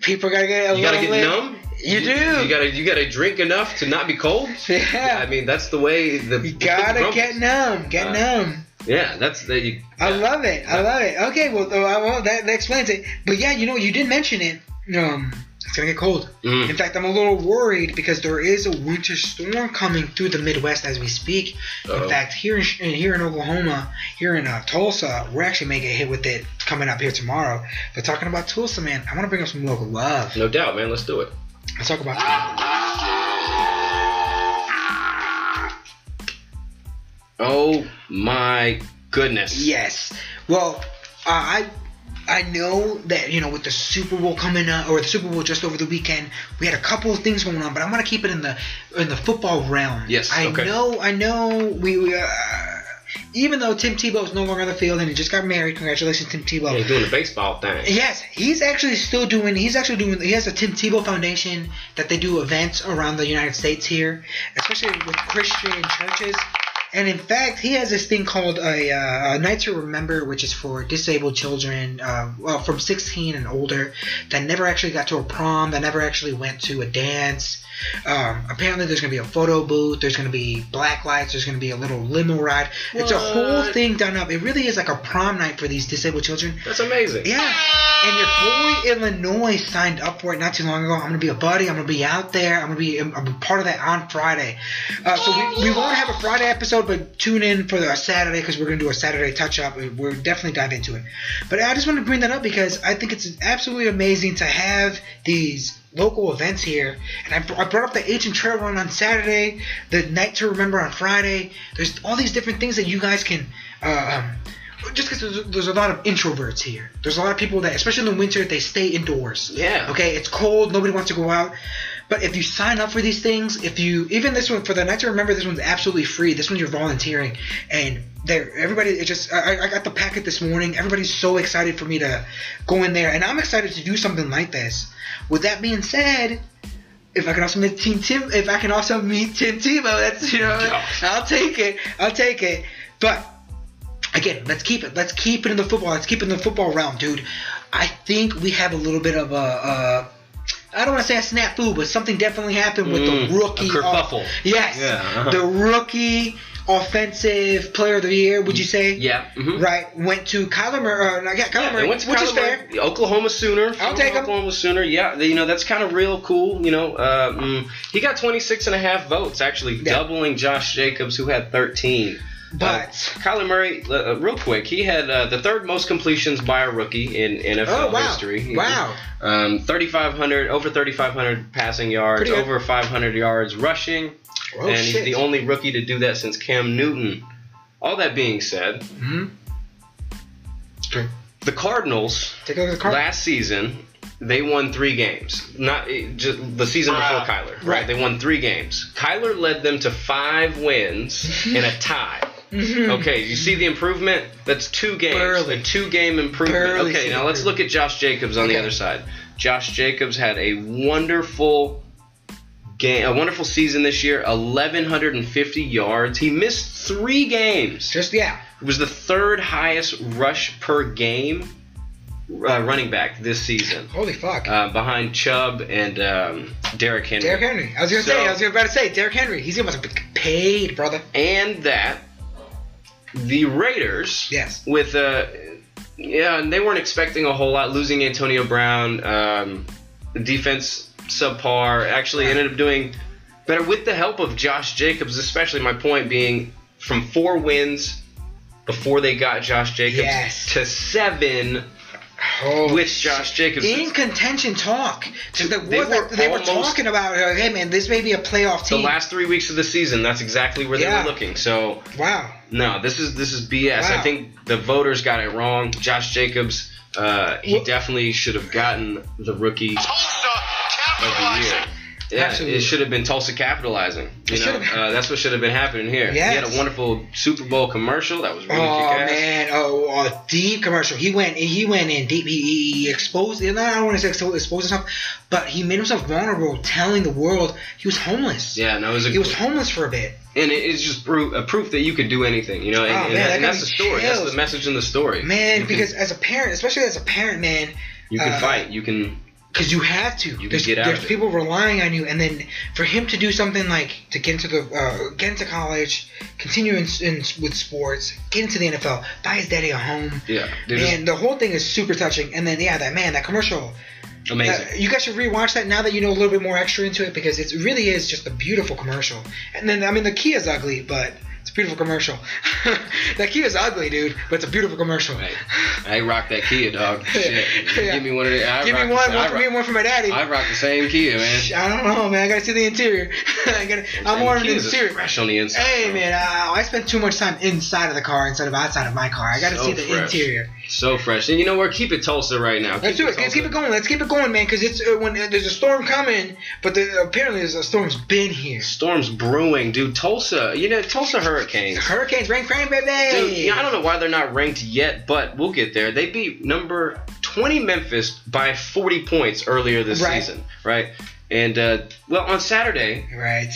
A: People gotta get a little
C: You gotta get
A: lit.
C: numb.
A: You do.
C: You gotta you gotta drink enough to not be cold.
A: Yeah.
C: I mean that's the way the
A: You gotta
C: the
A: get numb. Get
C: Uh,
A: numb.
C: Yeah, that's the. You,
A: I love it. I love it. Okay, well, though, I- well that, that explains it. But yeah, you know, you did mention it. Um, it's gonna get cold.
C: Mm.
A: In fact, I'm a little worried because there is a winter storm coming through the Midwest as we speak.
C: Uh-oh.
A: In fact, here in Sh- here in Oklahoma, here in uh, Tulsa, we're actually making a hit with it coming up here tomorrow. But talking about Tulsa, man, I want to bring up some local love.
C: No doubt, man. Let's do it.
A: Let's talk about
C: Oh my goodness.
A: yes. Well, uh, I I know that you know with the Super Bowl coming up or the Super Bowl just over the weekend, we had a couple of things going on, but I'm gonna keep it in the in the football realm.
C: Yes,
A: I
C: okay.
A: know. I know. We. we uh, even though Tim Tebow is no longer on the field and he just got married, congratulations, Tim Tebow.
C: Yeah, Oh, he's doing the baseball thing.
A: Yes, he's actually still doing. He's actually doing. He has a Tim Tebow Foundation that they do events around the United States here, especially with Christian churches. And in fact, he has this thing called a, uh, a Night to Remember, which is for disabled children, uh, well, from 16 and older, that never actually got to a prom, that never actually went to a dance. Um, apparently, there's going to be a photo booth, there's going to be black lights, there's going to be a little limo ride. It's a whole
C: What?
A: thing done up. It really is like a prom night for these disabled children.
C: That's amazing.
A: Yeah. And your boy Illinois signed up for it not too long ago. I'm gonna be a buddy. I'm gonna be out there. I'm gonna be I'm, I'm part of that on Friday. Uh, so we, we won't have a Friday episode, but tune in for the Saturday because we're gonna do a Saturday touch up. We'll definitely dive into it. But I just want to bring that up because I think it's absolutely amazing to have these local events here. And I, br- I brought up the Ancient Trail Run on Saturday, the Night to Remember on Friday. There's all these different things that you guys can. Uh, um, just because there's, there's a lot of introverts here. There's a lot of people that, especially in the winter, they stay indoors.
C: Yeah.
A: Okay, it's cold. Nobody wants to go out. But if you sign up for these things, if you even this one for the night to remember, this one's absolutely free. This one you're volunteering, and there everybody. It just I, I- I got the packet this morning. Everybody's so excited for me to go in there, and I'm excited to do something like this. With that being said, if I can also meet Team Tim, if I can also meet Tim Tebow, that's you know, I'll take it. I'll take it. But again, let's keep it. Let's keep it in the football. Let's keep it in the football realm, dude. I think we have a little bit of a. Uh, I don't want to say a snafu, but something definitely happened with
C: Mm,
A: the rookie.
C: a
A: off-
C: kerfuffle.
A: yes.
C: Yeah.
A: The rookie offensive player of the year, would you say?
C: Yeah. mhm.
A: Right. Went to Kyler Murray. Uh, yeah, Kyler
C: Yeah,
A: Murray,
C: they went to
A: which
C: Kyler
A: is fair.
C: Murray, the Oklahoma Sooner.
A: I'll take 'em.
C: Oklahoma Sooner. Yeah, they- you know that's kind of real cool. You know, uh, mm, he got 26 and a half votes, actually
A: Yeah.
C: doubling Josh Jacobs, who had 13.
A: But
C: Uh, Kyler Murray, uh, uh, real quick, he had uh, the third most completions by a rookie in NFL
A: oh wow,
C: history.
A: wow,
C: Um, 3,500, over 3,500 passing yards,
A: Pretty good.
C: over 500 yards rushing,
A: oh
C: and
A: shit.
C: he's the only rookie to do that since Cam Newton. All that being said,
A: Mhm.
C: the Cardinals
A: Take a look at the card.
C: last season they won three games. Not it- just the season before Kyler, right?
A: Ah, Right.
C: They won three games. Kyler led them to five wins
A: Mm-hmm.
C: and a tie. Okay, you see the improvement? That's two games.
A: Barely.
C: A two game improvement.
A: Barely see
C: okay, now let's
A: improvement.
C: look at Josh Jacobs on the
A: Okay.
C: other side. Josh Jacobs had a wonderful game, a wonderful season this year. 1150 yards. He missed three games
A: Just yeah,
C: was the third highest rush per game uh, running back this season,
A: holy fuck.
C: uh, behind Chubb and um, Derrick Henry.
A: Derrick Henry. I was gonna say.
C: So-
A: I was about to say Derrick Henry. He's about to be paid, brother.
C: And that the Raiders,
A: Yes.
C: with uh, yeah, and they weren't expecting a whole lot. Losing Antonio Brown, um, defense subpar. Actually, ended up doing better with the help of Josh Jacobs. Especially my point being, from four wins before they got Josh Jacobs
A: Yes.
C: to seven
A: Oh,
C: with Josh Jacobs.
A: in contention talk. 'Cause there
C: They
A: was that-
C: were
A: they were
C: almost-
A: talking about, like, hey man, this may be a playoff
C: the
A: team.
C: last three weeks of the season, that's exactly where they
A: Yeah.
C: were looking. So
A: wow.
C: no, this is this is BS.
A: Wow.
C: I think the voters got it wrong. Josh Jacobs, uh, he
A: Well-
C: definitely should have gotten the rookie of
F: Tulsa
C: the year.
F: capitalizing.
C: Yeah,
A: Absolutely.
C: it should have been Tulsa capitalizing. You
A: It
C: know,
A: should have-
C: uh, that's what should have been happening here. He had
A: Yes.
C: a wonderful Super Bowl commercial that was really
A: Oh
C: kick-ass.
A: man, oh, oh, deep commercial. He went, he went in deep. He, he, he exposed. And I don't want to say expo- expose himself, but he made himself vulnerable, telling the world he was homeless.
C: Yeah, no, it was a
A: He was homeless for a bit.
C: and it- it's just proof, a proof that you could do anything, you know. And,
A: Oh, man,
C: and that-
A: that
C: and
A: got
C: that's the
A: me
C: story. That's
A: chills.
C: the message in the story.
A: Man,
C: You can-
A: because as a parent, especially as a parent, man,
C: you can
A: uh,
C: fight. You can
A: because you have to.
C: can
A: there's
C: get out
A: there's
C: of it.
A: people relying on you, and then for him to do something like to get into the uh, get into college, continue in, in, with sports, get into the NFL, buy his daddy a home.
C: Yeah, dude, it's
A: And the whole thing is super touching. And then yeah, that man, that commercial.
C: amazing.
A: Uh, you guys should rewatch that now that you know a little bit more extra into it because it really is just a beautiful commercial. And then I mean the key is ugly, but it's a beautiful commercial. [laughs] that key is ugly, dude, but it's a beautiful commercial.
C: Hey, I rock that Kia, dog. Shit.
A: [laughs] Yeah.
C: Give me one of the.
A: [laughs]
C: I
A: Give
C: rock
A: me
C: the-
A: one,
C: I
A: one for
C: rock-
A: me, and one for my daddy.
C: I rock the same Kia, man.
A: I don't know, man. I gotta see the interior. [laughs] I gotta, I'm more of an
C: Kia is
A: interior.
C: fresh on the inside.
A: Hey,
C: bro.
A: man, uh, I, I spend too much time inside of the car instead of outside of my car. I gotta
C: So
A: see the
C: fresh.
A: interior.
C: So fresh. And you know what? Keep it Tulsa right now.
A: Let's do it. Let's keep it going. Let's keep it going, man. Because it's uh, when uh, there's a storm coming, but the, apparently there's a storm's been here.
C: Storms brewing, dude. Tulsa, you know Tulsa Hurricanes.
A: Hurricanes, rain, crane, baby.
C: Dude, yeah, I don't know why they're not ranked yet, but we'll get there. They beat number 20 Memphis by 40 points earlier this
A: Right.
C: season, right? And uh, well, on Saturday,
A: Right.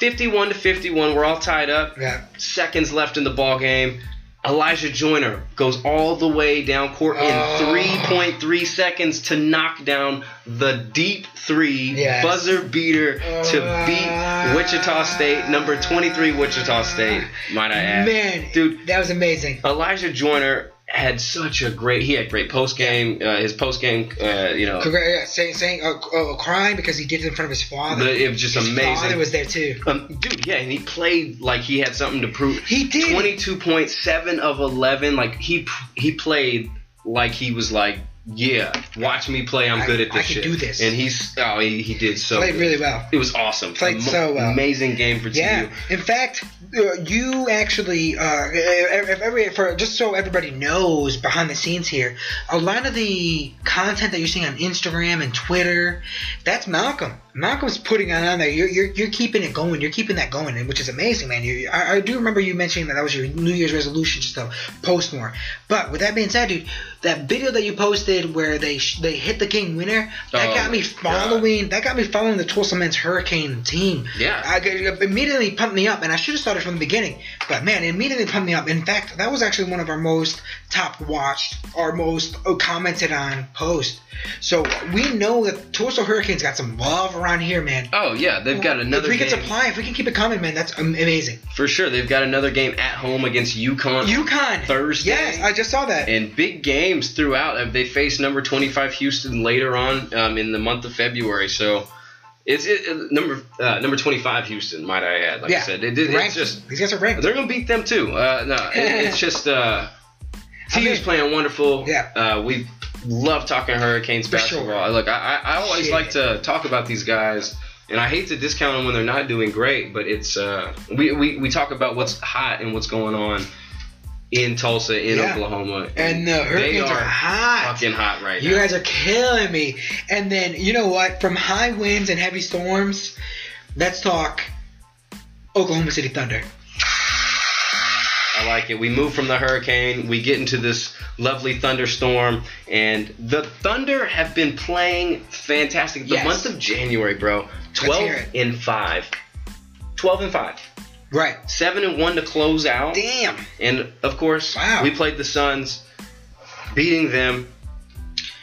C: 51 to 51, we're all tied up.
A: Yeah.
C: seconds left in the ball game. Elijah Joyner goes all the way down court in
A: Oh.
C: 3.3 seconds to knock down the deep three
A: Yes.
C: buzzer beater to
A: Uh.
C: beat Wichita State, number 23 Wichita State, might I add.
A: Man,
C: Dude,
A: that was amazing.
C: Elijah Joyner had such a great he had great post game uh, his post game uh, you know
A: Congrat- yeah, saying, saying, uh, uh, crying because he did it in front of his father.
C: the, it was just
A: his father
C: amazing
A: was there too.
C: Um, dude, yeah, and he played like he had something to prove.
A: He did.
C: Twenty-two point seven of eleven. Like he p- he played like he was like, yeah, watch me play. I'm
A: I-
C: good at
A: I
C: this
A: can
C: shit.
A: do this.
C: And he's oh, he, he did so.
A: Played
C: good.
A: really well.
C: It was awesome.
A: Played so well.
C: Amazing game for TU.
A: Yeah. In fact, uh, you actually, uh, if if every, for, just so everybody knows behind the scenes here, a lot of the content that you're seeing on Instagram and Twitter, that's Malcolm. Malcolm's putting it on there. You're, you're, you're keeping it going. You're keeping that going, and which is amazing, man. You, I, I do remember you mentioning that that was your New Year's resolution, just to post more. But with that being said, dude, th- that video that you posted where they sh- they hit the game winner. That
C: Oh,
A: got me following. That got me following the Tulsa Men's Hurricane team.
C: Yeah.
A: I g- it immediately pumped me up, and I should have started from the beginning. But man, it immediately pumped me up. In fact, that was actually one of our most top watched, our most uh, commented on post. So we know that Tulsa Hurricanes got some love around here, man.
C: Oh yeah, they've got another
A: If we
C: game
A: can supply, if we can keep it coming, man, that's am- amazing.
C: for sure. They've got another game at home against UConn.
A: UConn
C: Thursday.
A: Yes, I just saw that.
C: and big games throughout. Uh, They face number 25 Houston later on um, in the month of February. So it's it, it- number uh, number 25 Houston, might I add. Like
A: yeah,
C: I said, it, it,
A: Ranked.
C: it's just
A: these guys are ranked.
C: they're gonna beat them too. Uh, no, it, it's
A: [laughs]
C: just uh, TU's
A: mean-
C: playing wonderful.
A: Yeah.
C: uh, we love talking Hurricanes
A: For sure.
C: basketball. Look, I, I, I always
A: Shit.
C: like to talk about these guys. And I hate to discount them when they're not doing great, but it's uh, we, we, we talk about what's hot and what's going on in Tulsa, in
A: Yeah.
C: Oklahoma,
A: And the
C: they
A: Hurricanes are, hot.
C: fucking hot right
A: You
C: now.
A: guys are killing me. And then you know what? From high winds and heavy storms, let's talk Oklahoma City Thunder.
C: I like it. We move from the hurricane, we get into this lovely thunderstorm, and the Thunder have been playing fantastic. The
A: Yes.
C: month of January, bro,
A: hear
C: 12
A: it.
C: and 5. 12 and 5.
A: Right.
C: 7 and 1 to close out.
A: Damn.
C: And of course,
A: Wow.
C: we played the Suns, beating them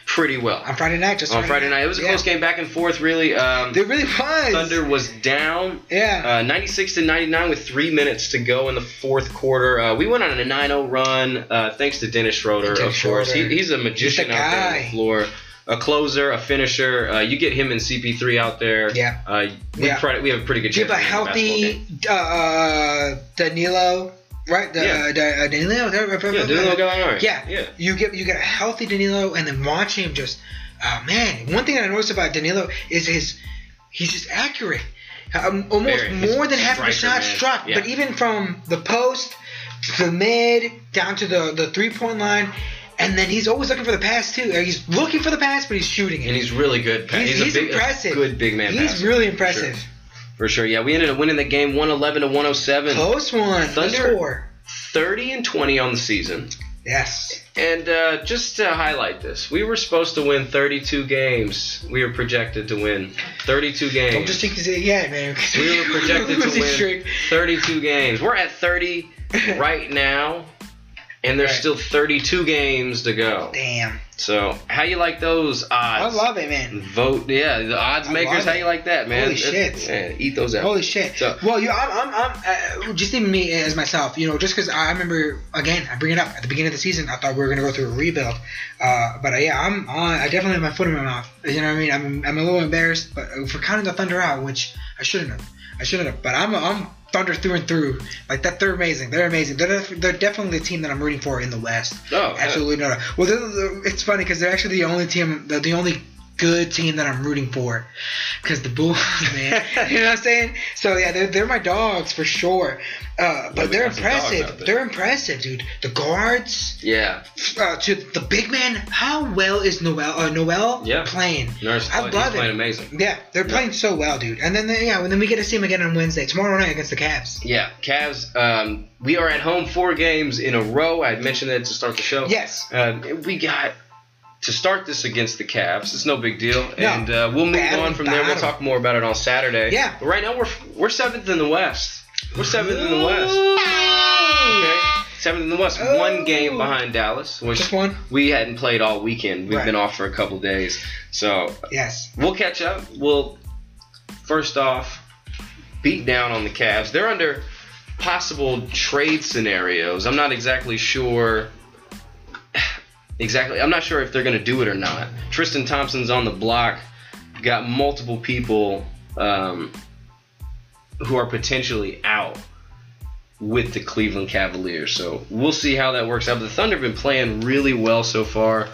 C: pretty well.
A: On Friday night, just
C: on Friday night, it was a
A: Yeah.
C: close game, back and forth, really. Um,
A: It really was.
C: Thunder was down
A: Yeah.
C: uh, 96 to 99 with three minutes to go in the fourth quarter. Uh, we went on a 9-0 run uh, thanks to Dennis Schroeder,
A: Dennis
C: of course.
A: Schroeder.
C: He, he's a magician
A: He's the
C: out there on
A: guy.
C: the floor. A closer, a finisher. Uh, you get him and CP3 out there.
A: Yeah.
C: Uh, we,
A: Yeah.
C: pri- we have a pretty good chance.
A: Keep a
C: of winning the basketball
A: healthy uh, uh,
C: game.
A: Danilo. Right, the,
C: Yeah.
A: uh, Da- uh, Danilo.
C: Yeah, Danilo Gallinari.
A: Yeah.
C: Yeah.
A: You get you get a healthy Danilo, and then watch him just. Oh man, one thing that I noticed about Danilo is his he's just accurate. Um, almost
C: Very. He's
A: more
C: a
A: than half of the
C: striker,
A: shots
C: man.
A: struck,
C: Yeah.
A: but even from the post, to the mid, down to the the three point line, and then he's always looking for the pass too. Uh, He's looking for the pass, but he's shooting it.
C: And he's really good. pa-
A: He's-
C: a
A: he's
C: big- a
A: impressive.
C: good big man.
A: He's
C: passer,
A: really
C: for sure.
A: impressive.
C: For sure. Yeah, we ended up winning the game 111 to 107.
A: Close one.
C: Thunder-
A: Thunder. Four.
C: 30 and 20 on the season.
A: Yes.
C: And uh, just to highlight this, we were supposed to win 32 games. We were projected to win 32 games.
A: Don't just think he's yeah, man.
C: we
A: [laughs]
C: were projected to
A: Losing
C: win
A: streak.
C: 32 games. We're
A: [laughs]
C: at 30 right now, and there's
A: Right.
C: still 32 games to go.
A: Damn.
C: So, how you like those
A: I
C: odds?
A: love it, man.
C: Vote, yeah, the odds
A: I
C: makers.
A: love
C: How
A: it.
C: you like that, man?
A: Holy
C: That's-
A: shit.
C: yeah, eat those out.
A: Holy shit.
C: So-
A: well, you, I'm, I'm, I'm uh, just even me as myself, you know, just because I remember, again, I bring it up at the beginning of the season, I thought we were going to go through a rebuild. Uh, but uh, yeah, I'm on, I definitely have my foot in my mouth. You know what I mean? I'm, I'm a little embarrassed but uh, for counting the Thunder out, which I shouldn't have. I shouldn't have. But I'm, I'm Thunder through and through. Like, that, they're amazing. They're amazing. They're, def- they're definitely the team that I'm rooting for in the West.
C: Oh, yeah.
A: Absolutely not. Well, they're, they're- it's funny because they're actually the only team, the, the only good team that I'm rooting for. Because the Bulls, [laughs] man, you know what I'm saying? So yeah, they're, they're my dogs for sure. Uh, but
C: we
A: they're
C: got some dogs
A: impressive.
C: out there.
A: They're impressive, dude. The guards
C: Yeah.
A: uh, to the big man. How well is Noel? Uh, Noel
C: Yeah.
A: playing?
C: Nurse,
A: I
C: he's
A: love
C: playing
A: it.
C: amazing.
A: Yeah, they're playing so well, dude. And then they, yeah, and then we get to see him again on Wednesday tomorrow night against the Cavs.
C: Yeah, Cavs. Um, we are at home four games in a row. I had mentioned that to start the show.
A: Yes.
C: Um, we got to start this against the Cavs. It's no big deal, and uh, we'll move
A: Battle,
C: on from there. We'll
A: battle.
C: talk more about it on Saturday.
A: Yeah.
C: But right now we're we're seventh in the West. We're seventh in the West. Okay. Seventh in the West, one game behind Dallas, which
A: Just one?
C: we hadn't played all weekend. We've
A: Right.
C: been off for a couple days, so
A: Yes.
C: We'll catch up. We'll first off beat down on the Cavs. They're under possible trade scenarios. I'm not exactly sure. [sighs] Exactly, I'm not sure if they're going to do it or not. Tristan Thompson's on the block. Got multiple people um, who are potentially out with the Cleveland Cavaliers. So we'll see how that works out. But the Thunder have been playing really well so far.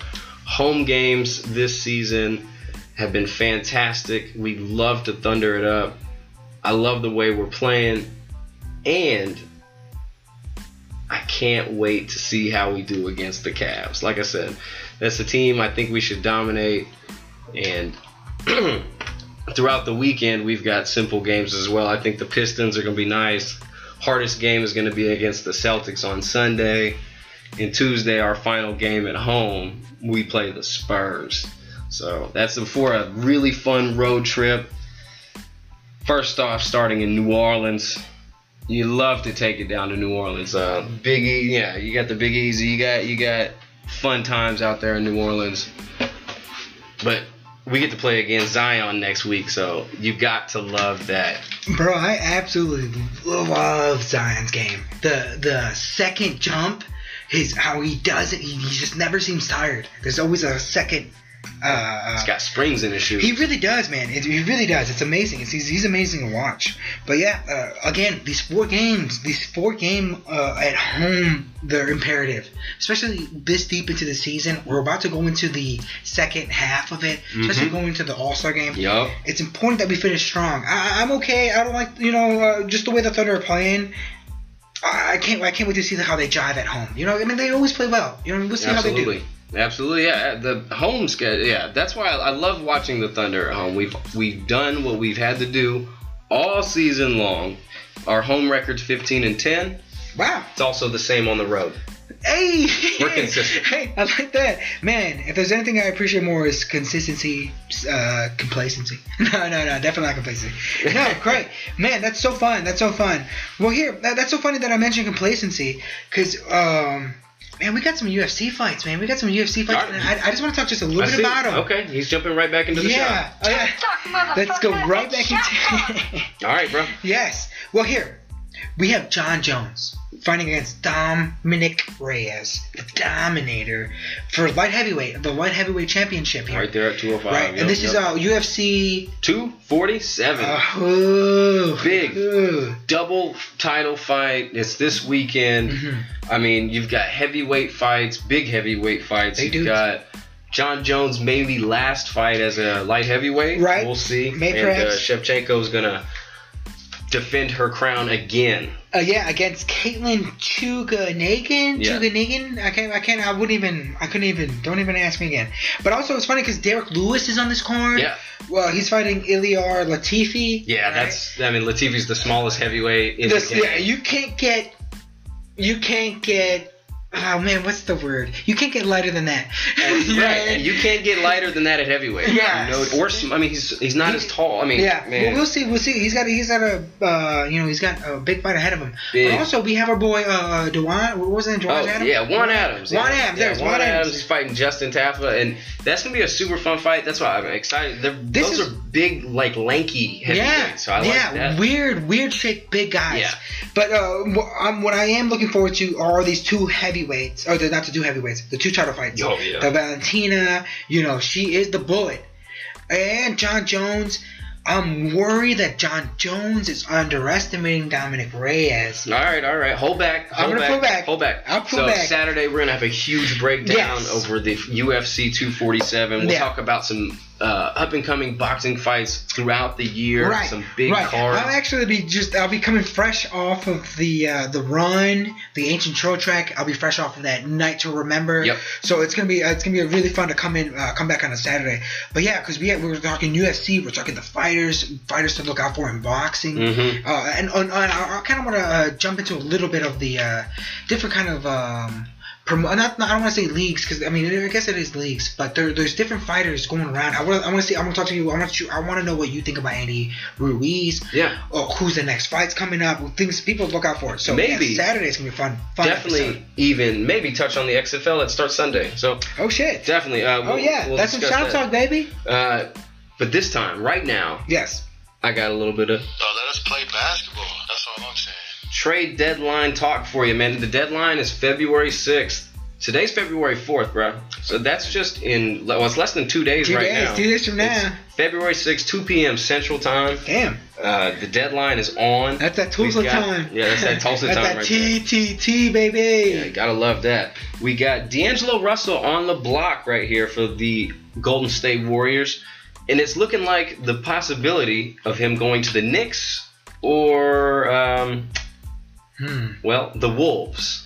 C: Home games this season have been fantastic. We love to thunder it up. I love the way we're playing. And I can't wait to see how we do against the Cavs. Like I said, that's a team I think we should dominate. And [clears throat] throughout the weekend, we've got simple games as well. I think the Pistons are going to be nice. Hardest game is going to be against the Celtics on Sunday. And Tuesday, our final game at home, we play the Spurs. So that's before a really fun road trip. First off, starting in New Orleans. You love to take it down to New Orleans. Uh, Big E, yeah, you got the Big Easy. You got you got fun times out there in New Orleans. But we get to play against Zion next week, so you got to love that.
A: Bro, I absolutely love Zion's game. The the second jump, his how he does it. He, he just never seems tired. There's always a second. Uh,
C: He's got springs in his shoes.
A: he really does, man. It, he really does. It's amazing. It's, he's, he's amazing to watch. But yeah, uh, again, these four games, these four game uh, at home, they're imperative, especially this deep into the season. We're about to go into the second half of it, especially going into the All Star game
C: Yup.
A: it's important that we finish strong. I, I- I'm okay. I don't like you know uh, just the way the Thunder are playing. I, I can't. I can't wait to see how they jive at home. You know, I mean, they always play well. You know, we'll see how they
C: Absolutely.
A: do.
C: Absolutely, yeah. The home schedule, yeah. That's why I, I love watching the Thunder at home. We've we've done what we've had to do all season long. Our home record's 15 and 10.
A: Wow.
C: It's also the same on the road.
A: Hey.
C: We're consistent.
A: Hey, I like that, man. If there's anything I appreciate more is consistency, uh, complacency. [laughs] No, no, no, definitely not complacency.
C: [laughs]
A: No, great, man. That's so fun. That's so fun. Well, here, that, that's so funny that I mentioned complacency, cause um. Man, we got some UFC fights, man. We got some UFC fights,
C: Alright.
A: and I, I just want to talk just a
C: I
A: little bit
C: see.
A: about them.
C: Okay, he's jumping right back into the
A: Yeah.
C: shot.
A: Oh, yeah.
B: Talk, motherfucker.
A: Let's go right
B: It's
A: back
B: shot talk.
A: into
C: All right, bro.
A: Yes. Well, here we have John Jones fighting against Dominic Reyes, the Dominator, for light heavyweight, the light heavyweight championship here.
C: Right there at 205.
A: Right,
C: Yep,
A: and this is
C: yep.
A: uh, UFC.
C: 247.
A: Uh, ooh,
C: Big.
A: ooh.
C: double title fight. It's this weekend.
A: Mm-hmm.
C: I mean, you've got heavyweight fights, big heavyweight fights.
A: They
C: you've
A: do.
C: got John Jones maybe last fight as a light heavyweight.
A: Right.
C: We'll see.
A: May
C: and uh,
A: perhaps.
C: Shevchenko's gonna defend her crown again.
A: Uh, yeah, against Caitlin Chuga Nagin.
C: Yeah.
A: Chuga Nagin. I can't. I can't. I wouldn't even. I couldn't even. Don't even ask me again. But also, it's funny because Derek Lewis is on this card.
C: Yeah.
A: Well, he's fighting Iliar Latifi.
C: Yeah,
A: right?
C: that's. I mean, Latifi's the smallest heavyweight in
A: This,
C: the game.
A: yeah, you can't get. You can't get. Oh man, what's the word? You can't get lighter than that. [laughs]
C: And,
A: You know what I
C: Right, and
A: mean?
C: you can't get lighter than that at heavyweight.
A: Yes.
C: You know, or sm- I mean, he's he's not as tall. I mean,
A: Yeah,
C: man.
A: well, we'll see. We'll see. He's got. He's got a. Uh, you know, he's got a big fight ahead of him.
C: Big.
A: But also, we have our boy uh, Dewan. What was it? Dewan
C: Oh
A: Adams.
C: yeah, Juan Adams.
A: Juan
C: yeah.
A: Adams.
C: Yeah,
A: There's
C: Juan Adams. is
A: Adams.
C: fighting Justin Taffa, and that's gonna be a super fun fight. That's why I'm excited. They're,
A: This
C: those
A: is-
C: are big, like lanky heavyweights.
A: Yeah,
C: So I like
A: yeah,
C: that.
A: weird, weird shaped big guys.
C: Yeah.
A: But uh, wh- um, what I am looking forward to are these two heavyweights, or they're not the two heavyweights, the two title fights.
C: Oh, yeah.
A: The Valentina, you know, she is the bullet, and John Jones. I'm worried that John Jones is underestimating Dominic Reyes.
C: all right, all right. Hold back. Hold
A: I'm gonna
C: back,
A: pull back.
C: Hold back.
A: I'll pull
C: so
A: back.
C: Saturday we're gonna have a huge breakdown
A: Yes.
C: over the UFC 247. We'll
A: Yeah.
C: talk about some uh, up and coming boxing fights throughout the year.
A: Right,
C: Some big
A: right.
C: cards.
A: I'll actually be just. I'll be coming fresh off of the uh, the run, the ancient trail track. I'll be fresh off of that night to remember.
C: Yep.
A: So it's gonna be uh, it's gonna be really fun to come in uh, come back on a Saturday. But yeah, because we we're talking UFC, we're talking the fighters, fighters to look out for in boxing,
C: Mhm.
A: uh, and on, on, I, I kind of want to uh, jump into a little bit of the uh, different kind of. Um, Promo- not, not, I don't want to say leagues because I mean I guess it is leagues, but there, there's different fighters going around. I want I want to see I want to talk to you. I want you I want to know what you think about Andy Ruiz.
C: Yeah.
A: Or who's the next fight's coming up? Things people look out for. So
C: Maybe.
A: yeah, Saturday's gonna be fun. fun
C: Definitely,
A: episode.
C: even maybe touch on the XFL that starts Sunday. So
A: Oh shit.
C: definitely. Uh, we'll,
A: oh yeah.
C: we'll
A: That's some shout
C: discuss that.
A: talk, baby.
C: Uh, but this time, right now,
A: Yes.
C: I got a little bit of
F: So Oh, let us play basketball. That's all I'm saying.
C: trade deadline talk for you, man. The deadline is February 6th. Today's February 4th, bro. So that's just in, well, it's less than two days
A: Two
C: right
A: days,
C: now.
A: two days from
C: It's
A: now.
C: February 6th, 2 p.m. Central Time.
A: Damn.
C: Uh, the deadline is on.
A: That's that
C: We've
A: Tulsa
C: got-
A: time.
C: Yeah, that's that Tulsa
A: that's
C: time
A: that
C: right there.
A: TTT,
C: Yeah,
A: baby.
C: gotta love that. We got D'Angelo Russell on the block right here for the Golden State Warriors, and it's looking like the possibility of him going to the Knicks or, um,
A: Hmm.
C: well, the Wolves.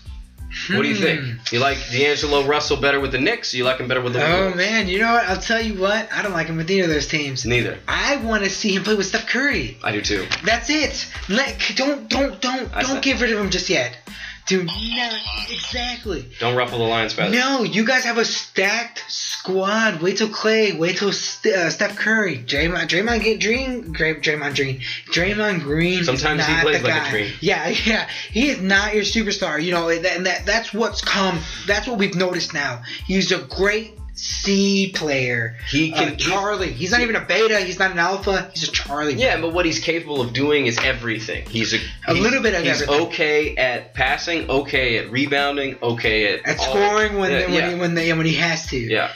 C: What do you think? You like D'Angelo Russell better with the Knicks? Or you like him better with the
A: Oh
C: Wolves?
A: man, you know what? I'll tell you what. I don't like him with either of those teams.
C: Neither.
A: I want to see him play with Steph Curry.
C: I do too.
A: That's it. Let, don't don't don't
C: I
A: don't
C: said-
A: get rid of him just yet. Do not exactly.
C: Don't ruffle the lion's feathers.
A: No, you guys have a stacked squad. Wait till Clay. Wait till St- uh, Steph Curry. Draymond, Draymond, get Dream, Dray- Draymond Green. Draymond Green. is
C: Sometimes he
A: not
C: plays
A: the
C: like a
A: guy.
C: dream.
A: Yeah, [laughs] yeah. He is not your superstar. You know, and that, and that that's what's come. That's what we've noticed now. He's a great C player.
C: He
A: Uh,
C: can-
A: Charlie. He's not even a beta. He's not an alpha. He's a Charlie.
C: Yeah, but what he's capable of doing is everything. He's a,
A: A
C: he's-
A: little bit of
C: He's
A: everything.
C: okay at passing, okay at rebounding, okay at
A: At
C: all-
A: scoring when
C: yeah,
A: when,
C: yeah,
A: He, when they when he has to.
C: yeah.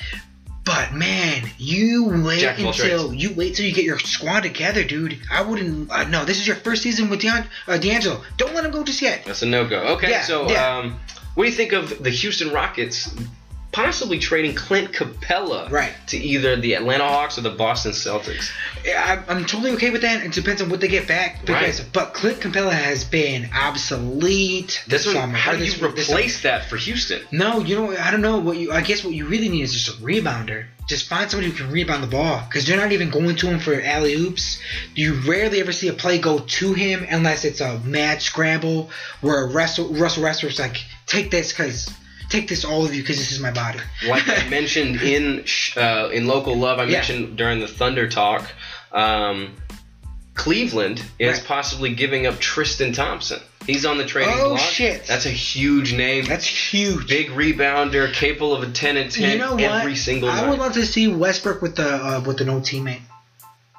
A: But man, you wait
C: Jack of all
A: until you wait till you get your squad together, dude. I wouldn't. Uh, no, this is your first season with Deon, uh, D'Angelo. Don't let him go just yet.
C: That's a no go. Okay,
A: Yeah,
C: so
A: yeah.
C: um, what do you think of the Houston Rockets possibly trading Clint Capella
A: Right.
C: to either the Atlanta Hawks or the Boston Celtics?
A: I, I'm totally okay with that. It depends on what they get back. Because
C: Right.
A: but Clint Capella has been obsolete.
C: This one,
A: summer,
C: how
A: or
C: do
A: this-
C: you
A: this
C: replace that for Houston?
A: No, you know, I don't know what you. I guess what you really need is just a rebounder. Just find somebody who can rebound the ball because you're not even going to him for alley oops. You rarely ever see a play go to him unless it's a mad scramble where Russell Russell Westbrook's like, "Take this, cause take this, all of you, cause this is my body."
C: like I mentioned in sh- uh, in local love, I
A: Yeah.
C: mentioned during the Thunder talk, um, Cleveland is
A: Right.
C: possibly giving up Tristan Thompson. He's on the trading
A: Oh,
C: block.
A: shit.
C: That's a huge name.
A: That's huge.
C: big rebounder, capable of a ten and ten
A: you know what?
C: every single
A: I
C: night.
A: would love to see Westbrook with the uh, with an old teammate,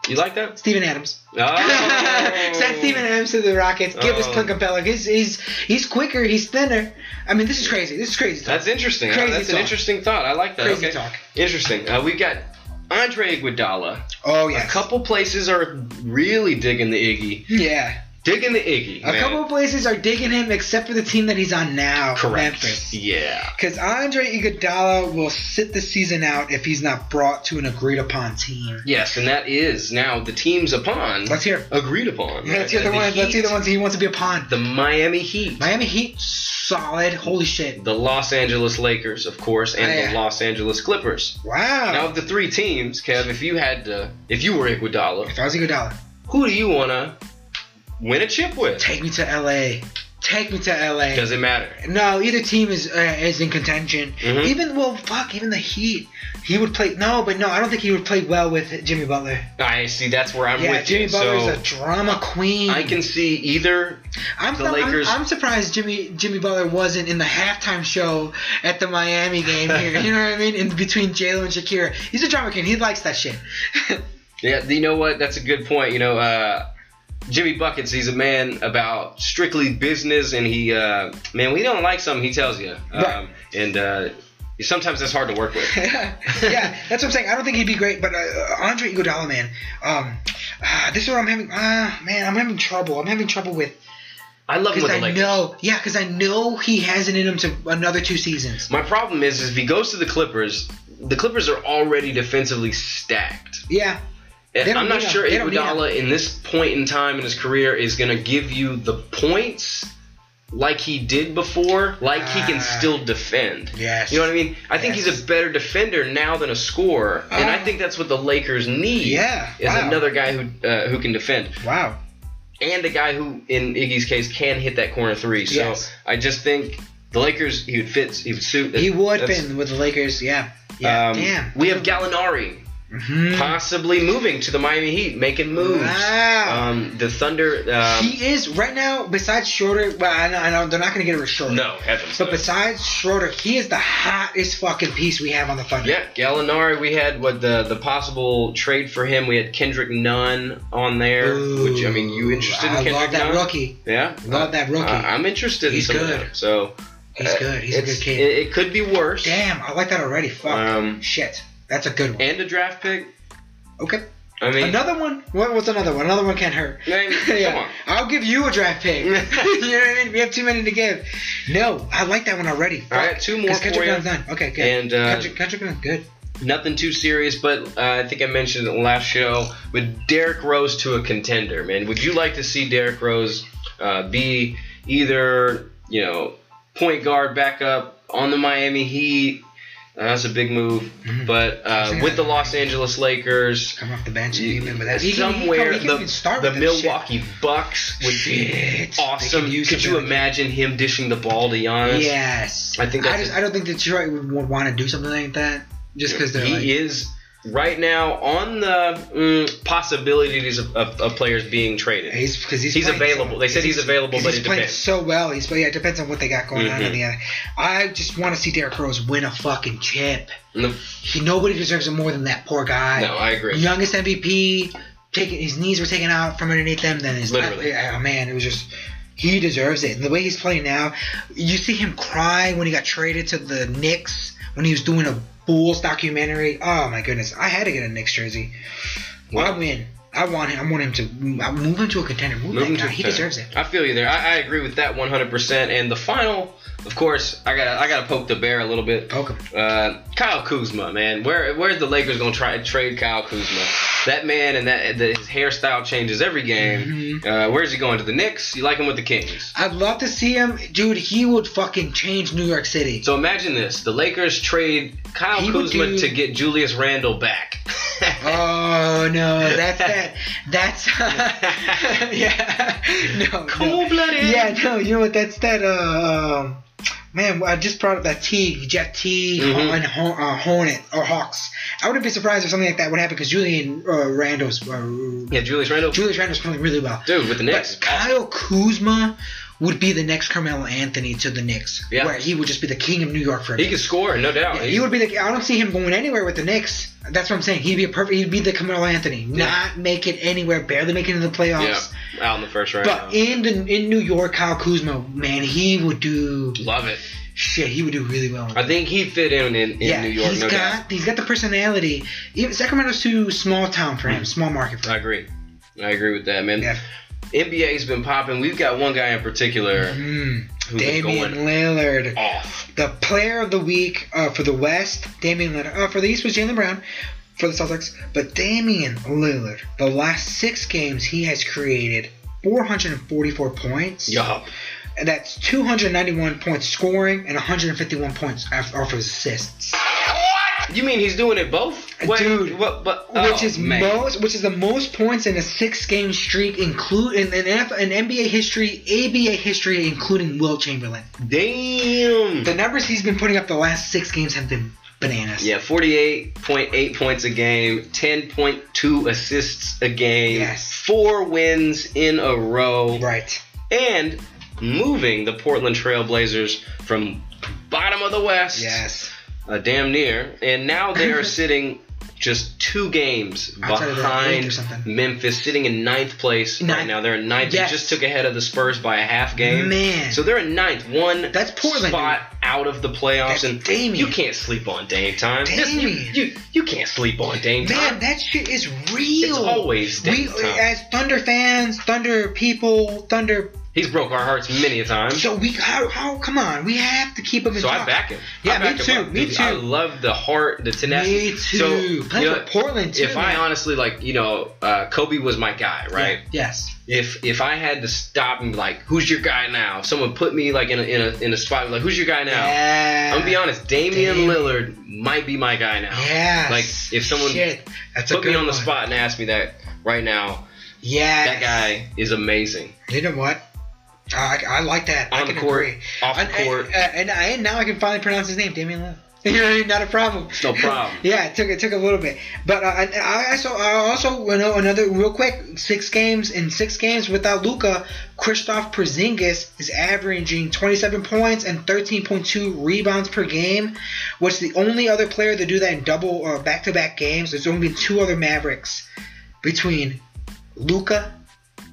C: you
A: [laughs]
C: like that?
A: Steven Adams.
C: Oh.
A: Send Steven Adams to the Rockets. Give us
C: Oh.
A: Clint Capella. He's, he's he's quicker. He's thinner. I mean, this is crazy. This is crazy.
C: That's interesting.
A: Crazy
C: That's
A: talk.
C: an interesting thought. I like that.
A: Crazy
C: okay.
A: talk.
C: Interesting. Uh, we've got Andre Iguodala.
A: Oh yeah.
C: A couple places are really digging the Iggy.
A: Yeah.
C: Digging the Iggy.
A: A
C: man.
A: couple of places are digging him, except for the team that he's on now,
C: Correct.
A: Memphis.
C: Yeah.
A: Because Andre Iguodala will sit the season out if he's not brought to an agreed upon team.
C: Yes, and that is now the teams upon.
A: Let's hear. it.
C: Agreed upon.
A: Let's hear the, ones. Let's hear the ones he wants to be upon.
C: The Miami Heat.
A: Miami Heat, solid. Holy shit!
C: The Los Angeles Lakers, of course, and
A: Oh, yeah.
C: the Los Angeles Clippers.
A: Wow.
C: Now, of the three teams, Kev, if you had to, if you were Iguodala,
A: If I was Iguodala,
C: who do you wanna win a chip with?
A: take me to LA. Take me to LA.
C: Does it matter?
A: No, either team is uh, is in contention.
C: Mhm.
A: Even well, fuck, even the Heat. He would play. No, but no, I don't think he would play well with Jimmy Butler.
C: I see. That's where I'm
A: yeah,
C: with
A: Jimmy
C: you.
A: Butler's
C: so
A: a drama queen.
C: I can see either.
A: I'm,
C: the
A: I'm-
C: Lakers-
A: I'm, surprised Jimmy Jimmy Butler wasn't in the halftime show at the Miami game [laughs] here. you know what I mean? In between Jalen and Shakira, he's a drama king. He likes that shit.
C: Yeah, you know what? That's a good point. You know, uh, Jimmy buckets. He's a man about strictly business, and he, uh, man, we don't like something he tells you, um,
A: Right.
C: and uh, sometimes that's hard to
A: [laughs]
C: work
A: [laughs]
C: with.
A: yeah, that's what I'm saying. I don't think he'd be great, but uh, uh, Andre Iguodala, man. Um, ah, this is what I'm having. Ah, man, I'm having trouble. I'm having trouble with.
C: I love
A: Because
C: him with
A: I
C: the Lakers.
A: know, yeah, because I know he has it in him to another two seasons.
C: My problem is, is if he goes to the Clippers, the Clippers are already defensively stacked.
A: Yeah,
C: And
A: don't
C: Eh, I'm not
A: need him.
C: sure
A: They don't need
C: Iguodala in this point in time in his career is going to give you the points like he did before, like he can
A: Ah.
C: still defend.
A: Yes.
C: You know what I mean? I think
A: Yes.
C: he's a better defender now than a scorer, and I
A: Ah.
C: think that's what the Lakers need.
A: Yeah.
C: Is
A: Wow.
C: another guy who uh, who can defend
A: wow.
C: and a guy who, in Iggy's case, can hit that corner three. So
A: Yes.
C: I just think the Lakers, he would fit, he would suit.
A: He would
C: That's-
A: been with the Lakers, yeah. Yeah,
C: Um,
A: damn. Mm-hmm.
C: We have Gallinari possibly moving to the Miami Heat, making moves.
A: Wow.
C: Um, the Thunder. Um,
A: he is right now. Besides Schroeder, well, I know, I know they're not going to get rid of Schroeder.
C: no, heavens.
A: But
C: no.
A: besides Schroeder, he is the hottest fucking piece we have on the Thunder.
C: yeah, Gallinari. We had what the the possible trade for him. We had Kendrick Nunn on there, which I mean, you interested in
A: I
C: Kendrick
A: love that
C: Nunn?
A: rookie.
C: Yeah,
A: Love that rookie.
C: I, am interested
A: He's
C: in some
A: good.
C: of them. So uh,
A: He's good. He's a
C: it's-
A: good kid.
C: It, it could be worse.
A: Damn, I like that already. Fuck.
C: Um,
A: Shit, that's a good one.
C: And a draft pick.
A: okay.
C: I mean,
A: Another one? What, what's another one? Another one can't hurt.
C: Man,
A: [laughs] Yeah.
C: come on.
A: I'll give you a draft
C: [laughs]
A: pick. [laughs] you know what I mean? We have too many to give. No, I like that one already.
C: All right, two more
A: Because
C: for
A: Kendrick
C: you.
A: Nunn's done. Okay, good.
C: And, uh,
A: Kendrick, Kendrick Nunn's good.
C: nothing too serious, but uh, I think I mentioned it in the last show. With Derrick Rose to a contender, man, would you like to see Derrick Rose uh, be either you know point guard backup on the Miami Heat? Uh, That's a big move.
A: Mm-hmm.
C: But uh, with the Los Angeles Lakers,
A: Come off the bench and even, but that's he can- he can-
C: somewhere
A: he can even start
C: the, the
A: with that shit.
C: Milwaukee Bucks would
A: Shit.
C: be awesome.
A: They can use
C: Could
A: him
C: you
A: in-
C: imagine him dishing the ball to Giannis?
A: Yes.
C: I think that's
A: I, just,
C: it.
A: I don't think Detroit would, would want to do something like that just because they're
C: he
A: like,
C: is right now on the mm, possibilities of, of, of players being traded.
A: He's because he's,
C: He's
A: playing
C: available.
A: so-
C: They said he's available,
A: 'cause
C: but
A: he's
C: it
A: playing
C: depends. Mm-hmm.
A: so well. He's but yeah, it depends on what they got going on in the end. I just want to see Derrick Rose win a fucking chip.
C: No,
A: He, nobody deserves it more than that poor guy.
C: no, I agree.
A: Youngest MVP, taking his knees were taken out from underneath them. Then his
C: Literally.
A: I, oh, man, it was just he deserves it. And the way he's playing now, you see him cry when he got traded to the Knicks when he was doing a Bulls documentary. Oh my goodness, I had to get a Knicks jersey. Why win? I want him. I want him to I move him to a contender. Move,
C: Move
A: that
C: him
A: guy.
C: to
A: he
C: the-
A: deserves it.
C: I feel you there. I, I agree with that 100%. And the final, of course, I got to I got to poke the bear a little bit.
A: Poke him.
C: Uh, Kyle Kuzma, man, where where's the Lakers gonna try to trade Kyle Kuzma? That man and that the, his hairstyle changes every game.
A: Mm-hmm.
C: Uh, where's he going to the Knicks? You like him with the Kings?
A: I'd love to see him, dude. He would fucking change New York City.
C: So imagine this: the Lakers trade Kyle
A: He would
C: Kuzma
A: do-
C: to get Julius Randle back.
A: Oh no, that's that. That's [laughs] [laughs]
C: [laughs]
A: yeah. No, no.
C: blooded.
A: Yeah, no. You know what? That's that. Uh, um, man, I just brought up that T, Jeff T,
C: Mhm.
A: and Ho- uh, Hornet or Hawks. I wouldn't be surprised if something like that would happen because Julian uh, Randall's uh,
C: Yeah, Julius Randle.
A: Julius Randall's playing really well.
C: Dude, with the Knicks.
A: But Kyle Kuzma would be the next Carmelo Anthony to the Knicks,
C: Yeah.
A: where he would just be the king of New York for a
C: He can score, no doubt.
A: yeah,
C: He's-
A: he would be the. I don't see him going anywhere with the Knicks. That's what I'm saying. He'd be a perfect. He'd be the Carmelo Anthony. Not make it anywhere. Barely make it in the
C: yeah,
A: playoffs.
C: out in the first round.
A: But in the, in New York, Kyle Kuzma, man, he would do
C: Love it.
A: shit. He would do really well.
C: I think he fit in in, in
A: yeah,
C: New York.
A: he's
C: no
A: got
C: doubt.
A: he's got the personality. Even Sacramento's too small town for
C: Hmm.
A: him. Small market for
C: I
A: him.
C: agree. I agree with that, man.
A: Yeah.
C: NBA's been popping. We've got one guy in particular
A: Mm,
C: who's been
A: Damian
C: going
A: Lillard.
C: off.
A: The player of the week uh, for the West, Damian Lillard. Uh, for the East was Jalen Brown for the Celtics. But Damian Lillard, the last six games, he has created 444 points.
C: Yup.
A: And that's 291 points scoring and 151 points af- off his assists.
C: You mean he's doing it both?
A: Dude,
C: what, but,
A: which
C: oh,
A: is
C: man.
A: most, which is the most points in a six-game streak, include in, in, F- in NBA history, ABA history, including Will Chamberlain.
C: Damn.
A: The numbers he's been putting up the last six games have been bananas.
C: Yeah, 48.8 points a game, 10.2 assists a game,
A: Yes.
C: four wins in a row,
A: Right.
C: and moving the Portland Trailblazers from bottom of the West,
A: Yes.
C: uh, damn near, and now
A: [laughs]
C: they are sitting just two games
A: Outside of the eighth or
C: behind
A: something.
C: Memphis, sitting in ninth place right
A: Ninth.
C: now. They're in ninth.
A: Yes.
C: They just took ahead of the Spurs by a half game.
A: Man.
C: So they're in ninth, one
A: That's Portland,
C: spot out of the playoffs,
A: That's
C: and
A: Damian.
C: you can't sleep on Dame time. This- you-
A: Damian.
C: You, you can't sleep on Dame
A: Man,
C: time.
A: that shit is real.
C: It's always Dame
A: we,
C: time.
A: as Thunder fans, Thunder people, Thunder.
C: He's broke our hearts many a time. So,
A: So we how, how come on? We have to keep him in.
C: I
A: talk.
C: back him. I
A: Yeah, me
C: back him
A: too,
C: up,
A: me
C: dude. I
A: too.
C: love the heart, the tenacity.
A: Me too.
C: So,
A: Playing
C: you know,
A: for Portland too.
C: if I
A: man.
C: honestly like, you know, uh, Kobe was my guy, right?
A: Yes.
C: if if I had to stop and be like, who's your guy now? If someone put me like in a in a, in a spot like, who's your guy now?
A: Yeah.
C: I'm gonna be honest, Damian
A: Damian.
C: Lillard might be my guy now.
A: Yes.
C: Like if someone
A: shit, that's a
C: put
A: good
C: me on the
A: one.
C: spot and asked me that right now,
A: Yes.
C: that guy is amazing
A: You know what? I, I like that. I
C: on
A: can
C: the court,
A: agree.
C: off the
A: And-
C: court.
A: And, and, and now I can finally pronounce his name, Damian Lillard. [laughs] You know, what I mean? not a problem.
C: no problem.
A: [laughs] yeah, it took it took a little bit, but uh, and I also I also you know another real quick six games in six games without Luca, Kristaps Porzingis is averaging 27 points and 13.2 rebounds per game, which is the only other player to do that in double or back to back games. There's only been two other Mavericks between Luca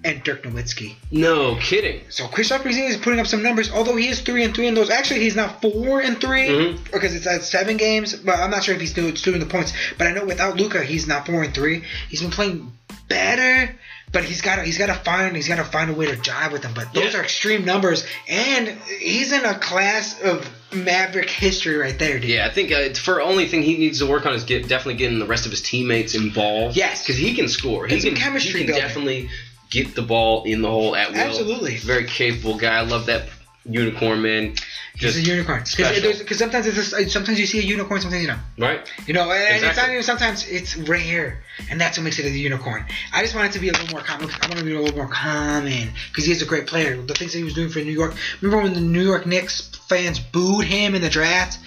A: and Dirk Nowitzki.
C: no kidding.
A: So Kristaps Porzingis is putting up some numbers, although he is three and three in those. Actually, he's not four and 3
C: Mhm.
A: because it's at seven games. But I'm not sure if he's doing, doing the points. But I know without Luca, he's not four and three. He's been playing better, but he's got to he's got to find he's got to find a way to jive with them. But those
C: Yeah.
A: are extreme numbers, and he's in a class of Maverick history right there, dude.
C: Yeah, I think uh, it's for only thing he needs to work on is get definitely getting the rest of his teammates involved.
A: Yes.
C: because he can score. He
A: It's
C: can,
A: chemistry
C: he can
A: building.
C: definitely get the ball in the hole at will.
A: Absolutely.
C: very capable guy. I love that unicorn man.
A: Just
C: Just
A: a unicorn.
C: special.
A: Because sometimes it's just, sometimes you see a unicorn, sometimes you don't.
C: right.
A: You know, and it's not
C: Exactly.
A: even sometimes it's rare, and that's what makes it a unicorn. I just want it to be a little more common. I want it to be a little more common because he is a great player. The things that he was doing for New York. Remember when the New York Knicks fans booed him in the draft,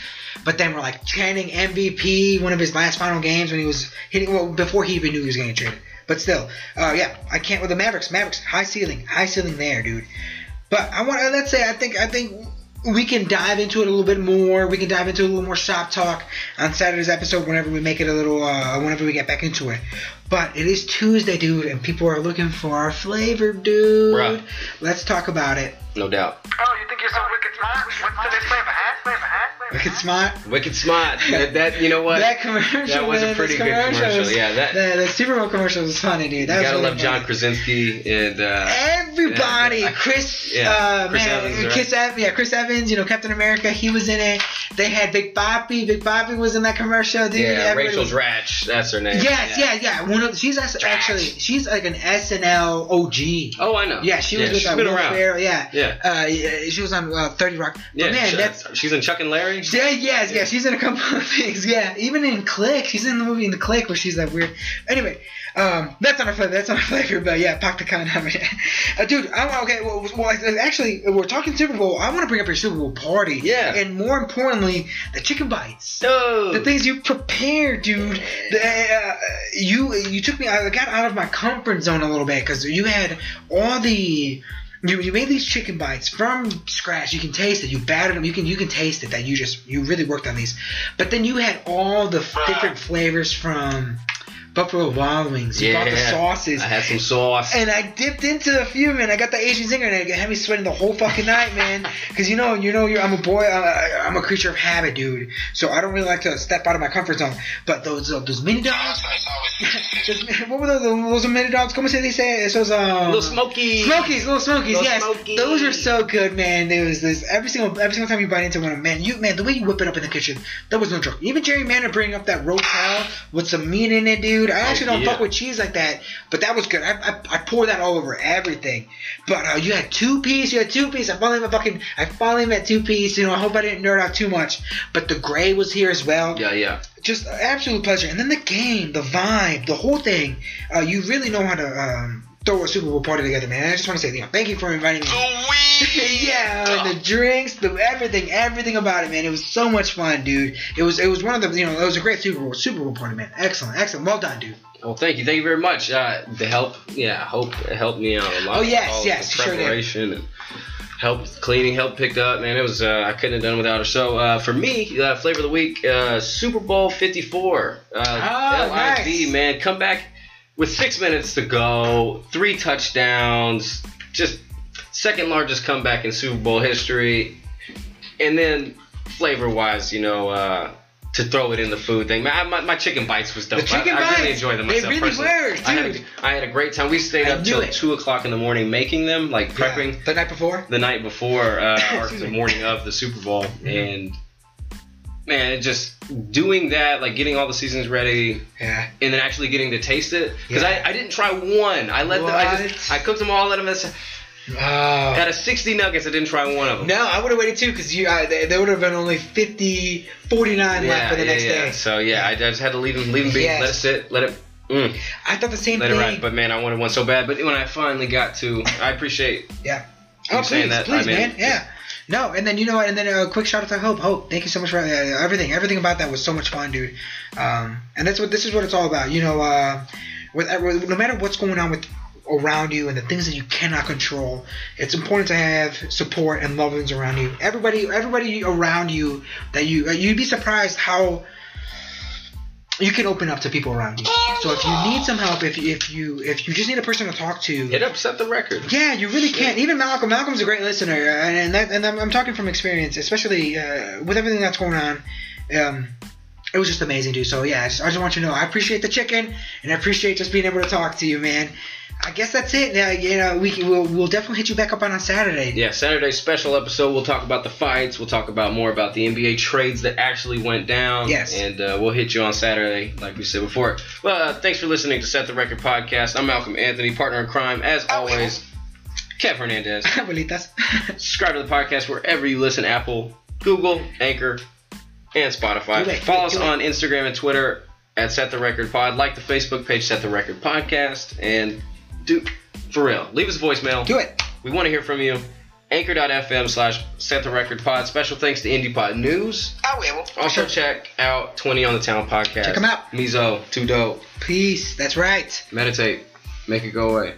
A: but then were like chanting MVP one of his last final games when he was hitting well before he even knew he was getting traded. But still, uh, yeah, I can't with the Mavericks. Mavericks high ceiling, high ceiling there, dude. But I want to let's say I think I think we can dive into it a little bit more. We can dive into a little more shop talk on Saturday's episode whenever we make it a little uh, whenever we get back into it. But it is Tuesday, dude, and people are looking for our flavor, dude.
C: Bruh.
A: Let's talk about it.
C: No doubt.
G: Oh, you think you're so wicked smart? What's today's flavor, huh? Flavor, huh?
A: Look
G: Flavor,
A: at Smart.
C: Wicked smart. that, that you know what?
A: That commercial,
C: That was a
A: man,
C: pretty
A: those
C: good commercial,
A: commercials.
C: yeah, that-
A: the, the Super Bowl commercial was funny, dude. That
C: you
A: was
C: gotta
A: really
C: love John
A: funny.
C: Krasinski and uh,
A: Everybody,
C: Yeah.
A: Chris,
C: Yeah,
A: uh,
C: Chris
A: man,
C: Evans, right?
A: Chris Evans, yeah, Chris Evans, you know, Captain America, he was in it. They had Big Bobby. Big Bobby was in that commercial, dude.
C: yeah,
A: Everybody
C: Rachel
A: was-
C: Dratch. That's her name.
A: Yes, yeah, yeah. One of she's act- actually she's like an SNL OG.
C: Oh, I know.
A: Yeah, she was with
C: she's
A: uh,
C: been
A: Will
C: around.
A: Ferrell. Yeah,
C: Yeah.
A: Uh, yeah, she was on uh, Thirty Rock. But
C: Yeah,
A: man,
C: she-
A: that's
C: she's in Chuck and Larry.
A: yeah, yes, yeah. She's in a couple of [laughs] things. Yeah, even in Click, she's in the movie in the Click where she's that weird. Anyway, um, that's not a flavor. That's not a flavor. But yeah, Pac the Con. [laughs] I mean, uh, dude, I'm okay. Well, well, actually, we're talking Super Bowl. I want to bring up your Super Bowl party.
C: Yeah.
A: And more importantly, the chicken bites
C: Oh,
A: the things you prepare, dude. The, uh, you you took me. I got out of my comfort zone a little bit because you had all the. You, you made these chicken bites from scratch. You can taste it. You battered them. You can you can taste it. That you just you really worked on these. But then you had all the f- different flavors from Buffalo Wild Wings. You bought the
C: Yeah.
A: sauces.
C: I had some sauce.
A: And I dipped into a few, man. I got the Asian zinger, and it had me sweating the whole fucking night, man. Because you know, you know, you're, I'm a boy. I, I- I'm a creature of habit, dude. So I don't really like to step out of my comfort zone. But those uh, those mini dogs,
F: It's
A: [laughs]
F: always
A: those, what were those? Those are mini dogs. Come on, say they say it was um.
C: little smoky.
A: Smokies, little Smokies,
C: Little
A: yes,
C: Smokies.
A: those are so good, man. There was this every single every single time you bite into one of them, man. You man, the way you whip it up in the kitchen, that was no joke. Even Jerry Manner bringing up that rotel with some meat in it, dude. I actually don't
C: Oh, yeah.
A: fuck with cheese like that, but that was good. I I, I pour that all over everything. But uh, you had two piece, you had two piece. I finally met fucking, I finally met two piece. You know, I hope I didn't nerd out too much. But the gray was here as well
C: Yeah, yeah.
A: just an absolute pleasure. And then the game, the vibe, the whole thing. Uh, you really know how to um, throw a Super Bowl party together, man. And I just want to say, you know, thank you for inviting me.
F: The weed.
A: [laughs] yeah, and the drinks, the everything, everything about it, man. It was so much fun, dude. It was, it was one of the, you know, it was a great Super Bowl, Super Bowl party, man. Excellent, excellent. Well done, dude.
C: Well, thank you, thank you very much. Uh, the help, yeah, hope it helped me out a lot.
A: Oh, yes,
C: All
A: yes,
C: the
A: sure did.
C: preparation and help cleaning, help picked up. Man, it was uh, I couldn't have done without her. So uh, for me, uh, flavor of the week, uh, Super Bowl Fifty Four. Uh, LIV,
A: Oh, nice.
C: man, come back with six minutes to go, three touchdowns, just second largest comeback in Super Bowl history, and then flavor wise, you know. Uh, to throw it in the food thing. My, my, my chicken bites was dope.
A: The chicken
C: I, I really
A: bites,
C: enjoyed them
A: they
C: myself.
A: really
C: personally.
A: were,
C: I had,
A: dude.
C: a, I had a great time. We stayed
A: I
C: up
A: knew
C: till
A: it.
C: two o'clock in the morning making them, like prepping
A: Yeah, the night before.
C: the night
A: [coughs]
C: before uh, or
A: Excuse
C: the
A: me. Mm-hmm.
C: morning of the Super Bowl, and man, it just doing that, like getting all the seasons ready,
A: Yeah.
C: and then actually getting to taste it. Because
A: Yeah.
C: I, I didn't try one. I let them. I just
A: What?
C: I cooked them all. Let them.
A: Oh.
C: Out of sixty nuggets, I didn't try one of them.
A: No, I would have waited too because you, uh, there would have been only 50, 49 left for the
C: yeah,
A: next
C: yeah.
A: day.
C: So yeah, I, I just had to leave them, leave them be,
A: Yes.
C: let it sit, let it. Mm.
A: I thought the same
C: Later
A: thing.
C: on, but man, I wanted one so bad. But when I finally got to,
A: [laughs]
C: I appreciate.
A: Yeah.
C: You
A: Oh,
C: saying
A: please,
C: that,
A: please,
C: I mean,
A: man. Yeah. No, and then you know, what, and then a quick shout out to Hope. Hope, thank you so much for uh, everything. Everything about that was so much fun, dude. Um, and that's what this is what it's all about. You know, uh, with, with no matter what's going on with around you and the things that you cannot control, it's important to have support and loved ones around you. Everybody, everybody around you that you uh, you'd be surprised how you can open up to people around you. So if you need some help, if you, if you if you just need a person to talk to,
C: It upset the record.
A: yeah, you really can't. Even Malcolm. Malcolm's a great listener, uh, and that, and I'm, I'm talking from experience, especially uh, with everything that's going on. Um, it was just amazing, dude. So yeah, I just, I just want you to know I appreciate the chicken, and I appreciate just being able to talk to you, man. I guess that's it. Now, you know, we can, we'll, we'll definitely hit you back up on on Saturday.
C: Yeah, Saturday special episode. We'll talk about the fights. We'll talk about more about the NBA trades that actually went down.
A: Yes.
C: And uh, we'll hit you on Saturday, like we said before. Well, uh, thanks for listening to Set the Record podcast. I'm Malcolm Anthony, partner in crime, as always. Kev
A: [laughs]
C: Hernandez.
A: Abuelitas.
C: Subscribe to the podcast wherever you listen Apple, Google, Anchor, and Spotify.
A: Do it,
C: Follow
A: do it,
C: us
A: do it.
C: on Instagram and Twitter at Set the Record Pod. Like the Facebook page, Set the Record Podcast. And do, for real, leave us a voicemail.
A: Do it.
C: We want to hear from you. Anchor.fm slash Set the Record Pod. Special thanks to Indie Pod News.
A: I will.
C: Also, check out 20 on the Town
A: Oh,
C: podcast.
A: Check 'em out.
C: Mizo, Too Dope.
A: Peace. That's right.
C: Meditate. Make it go away.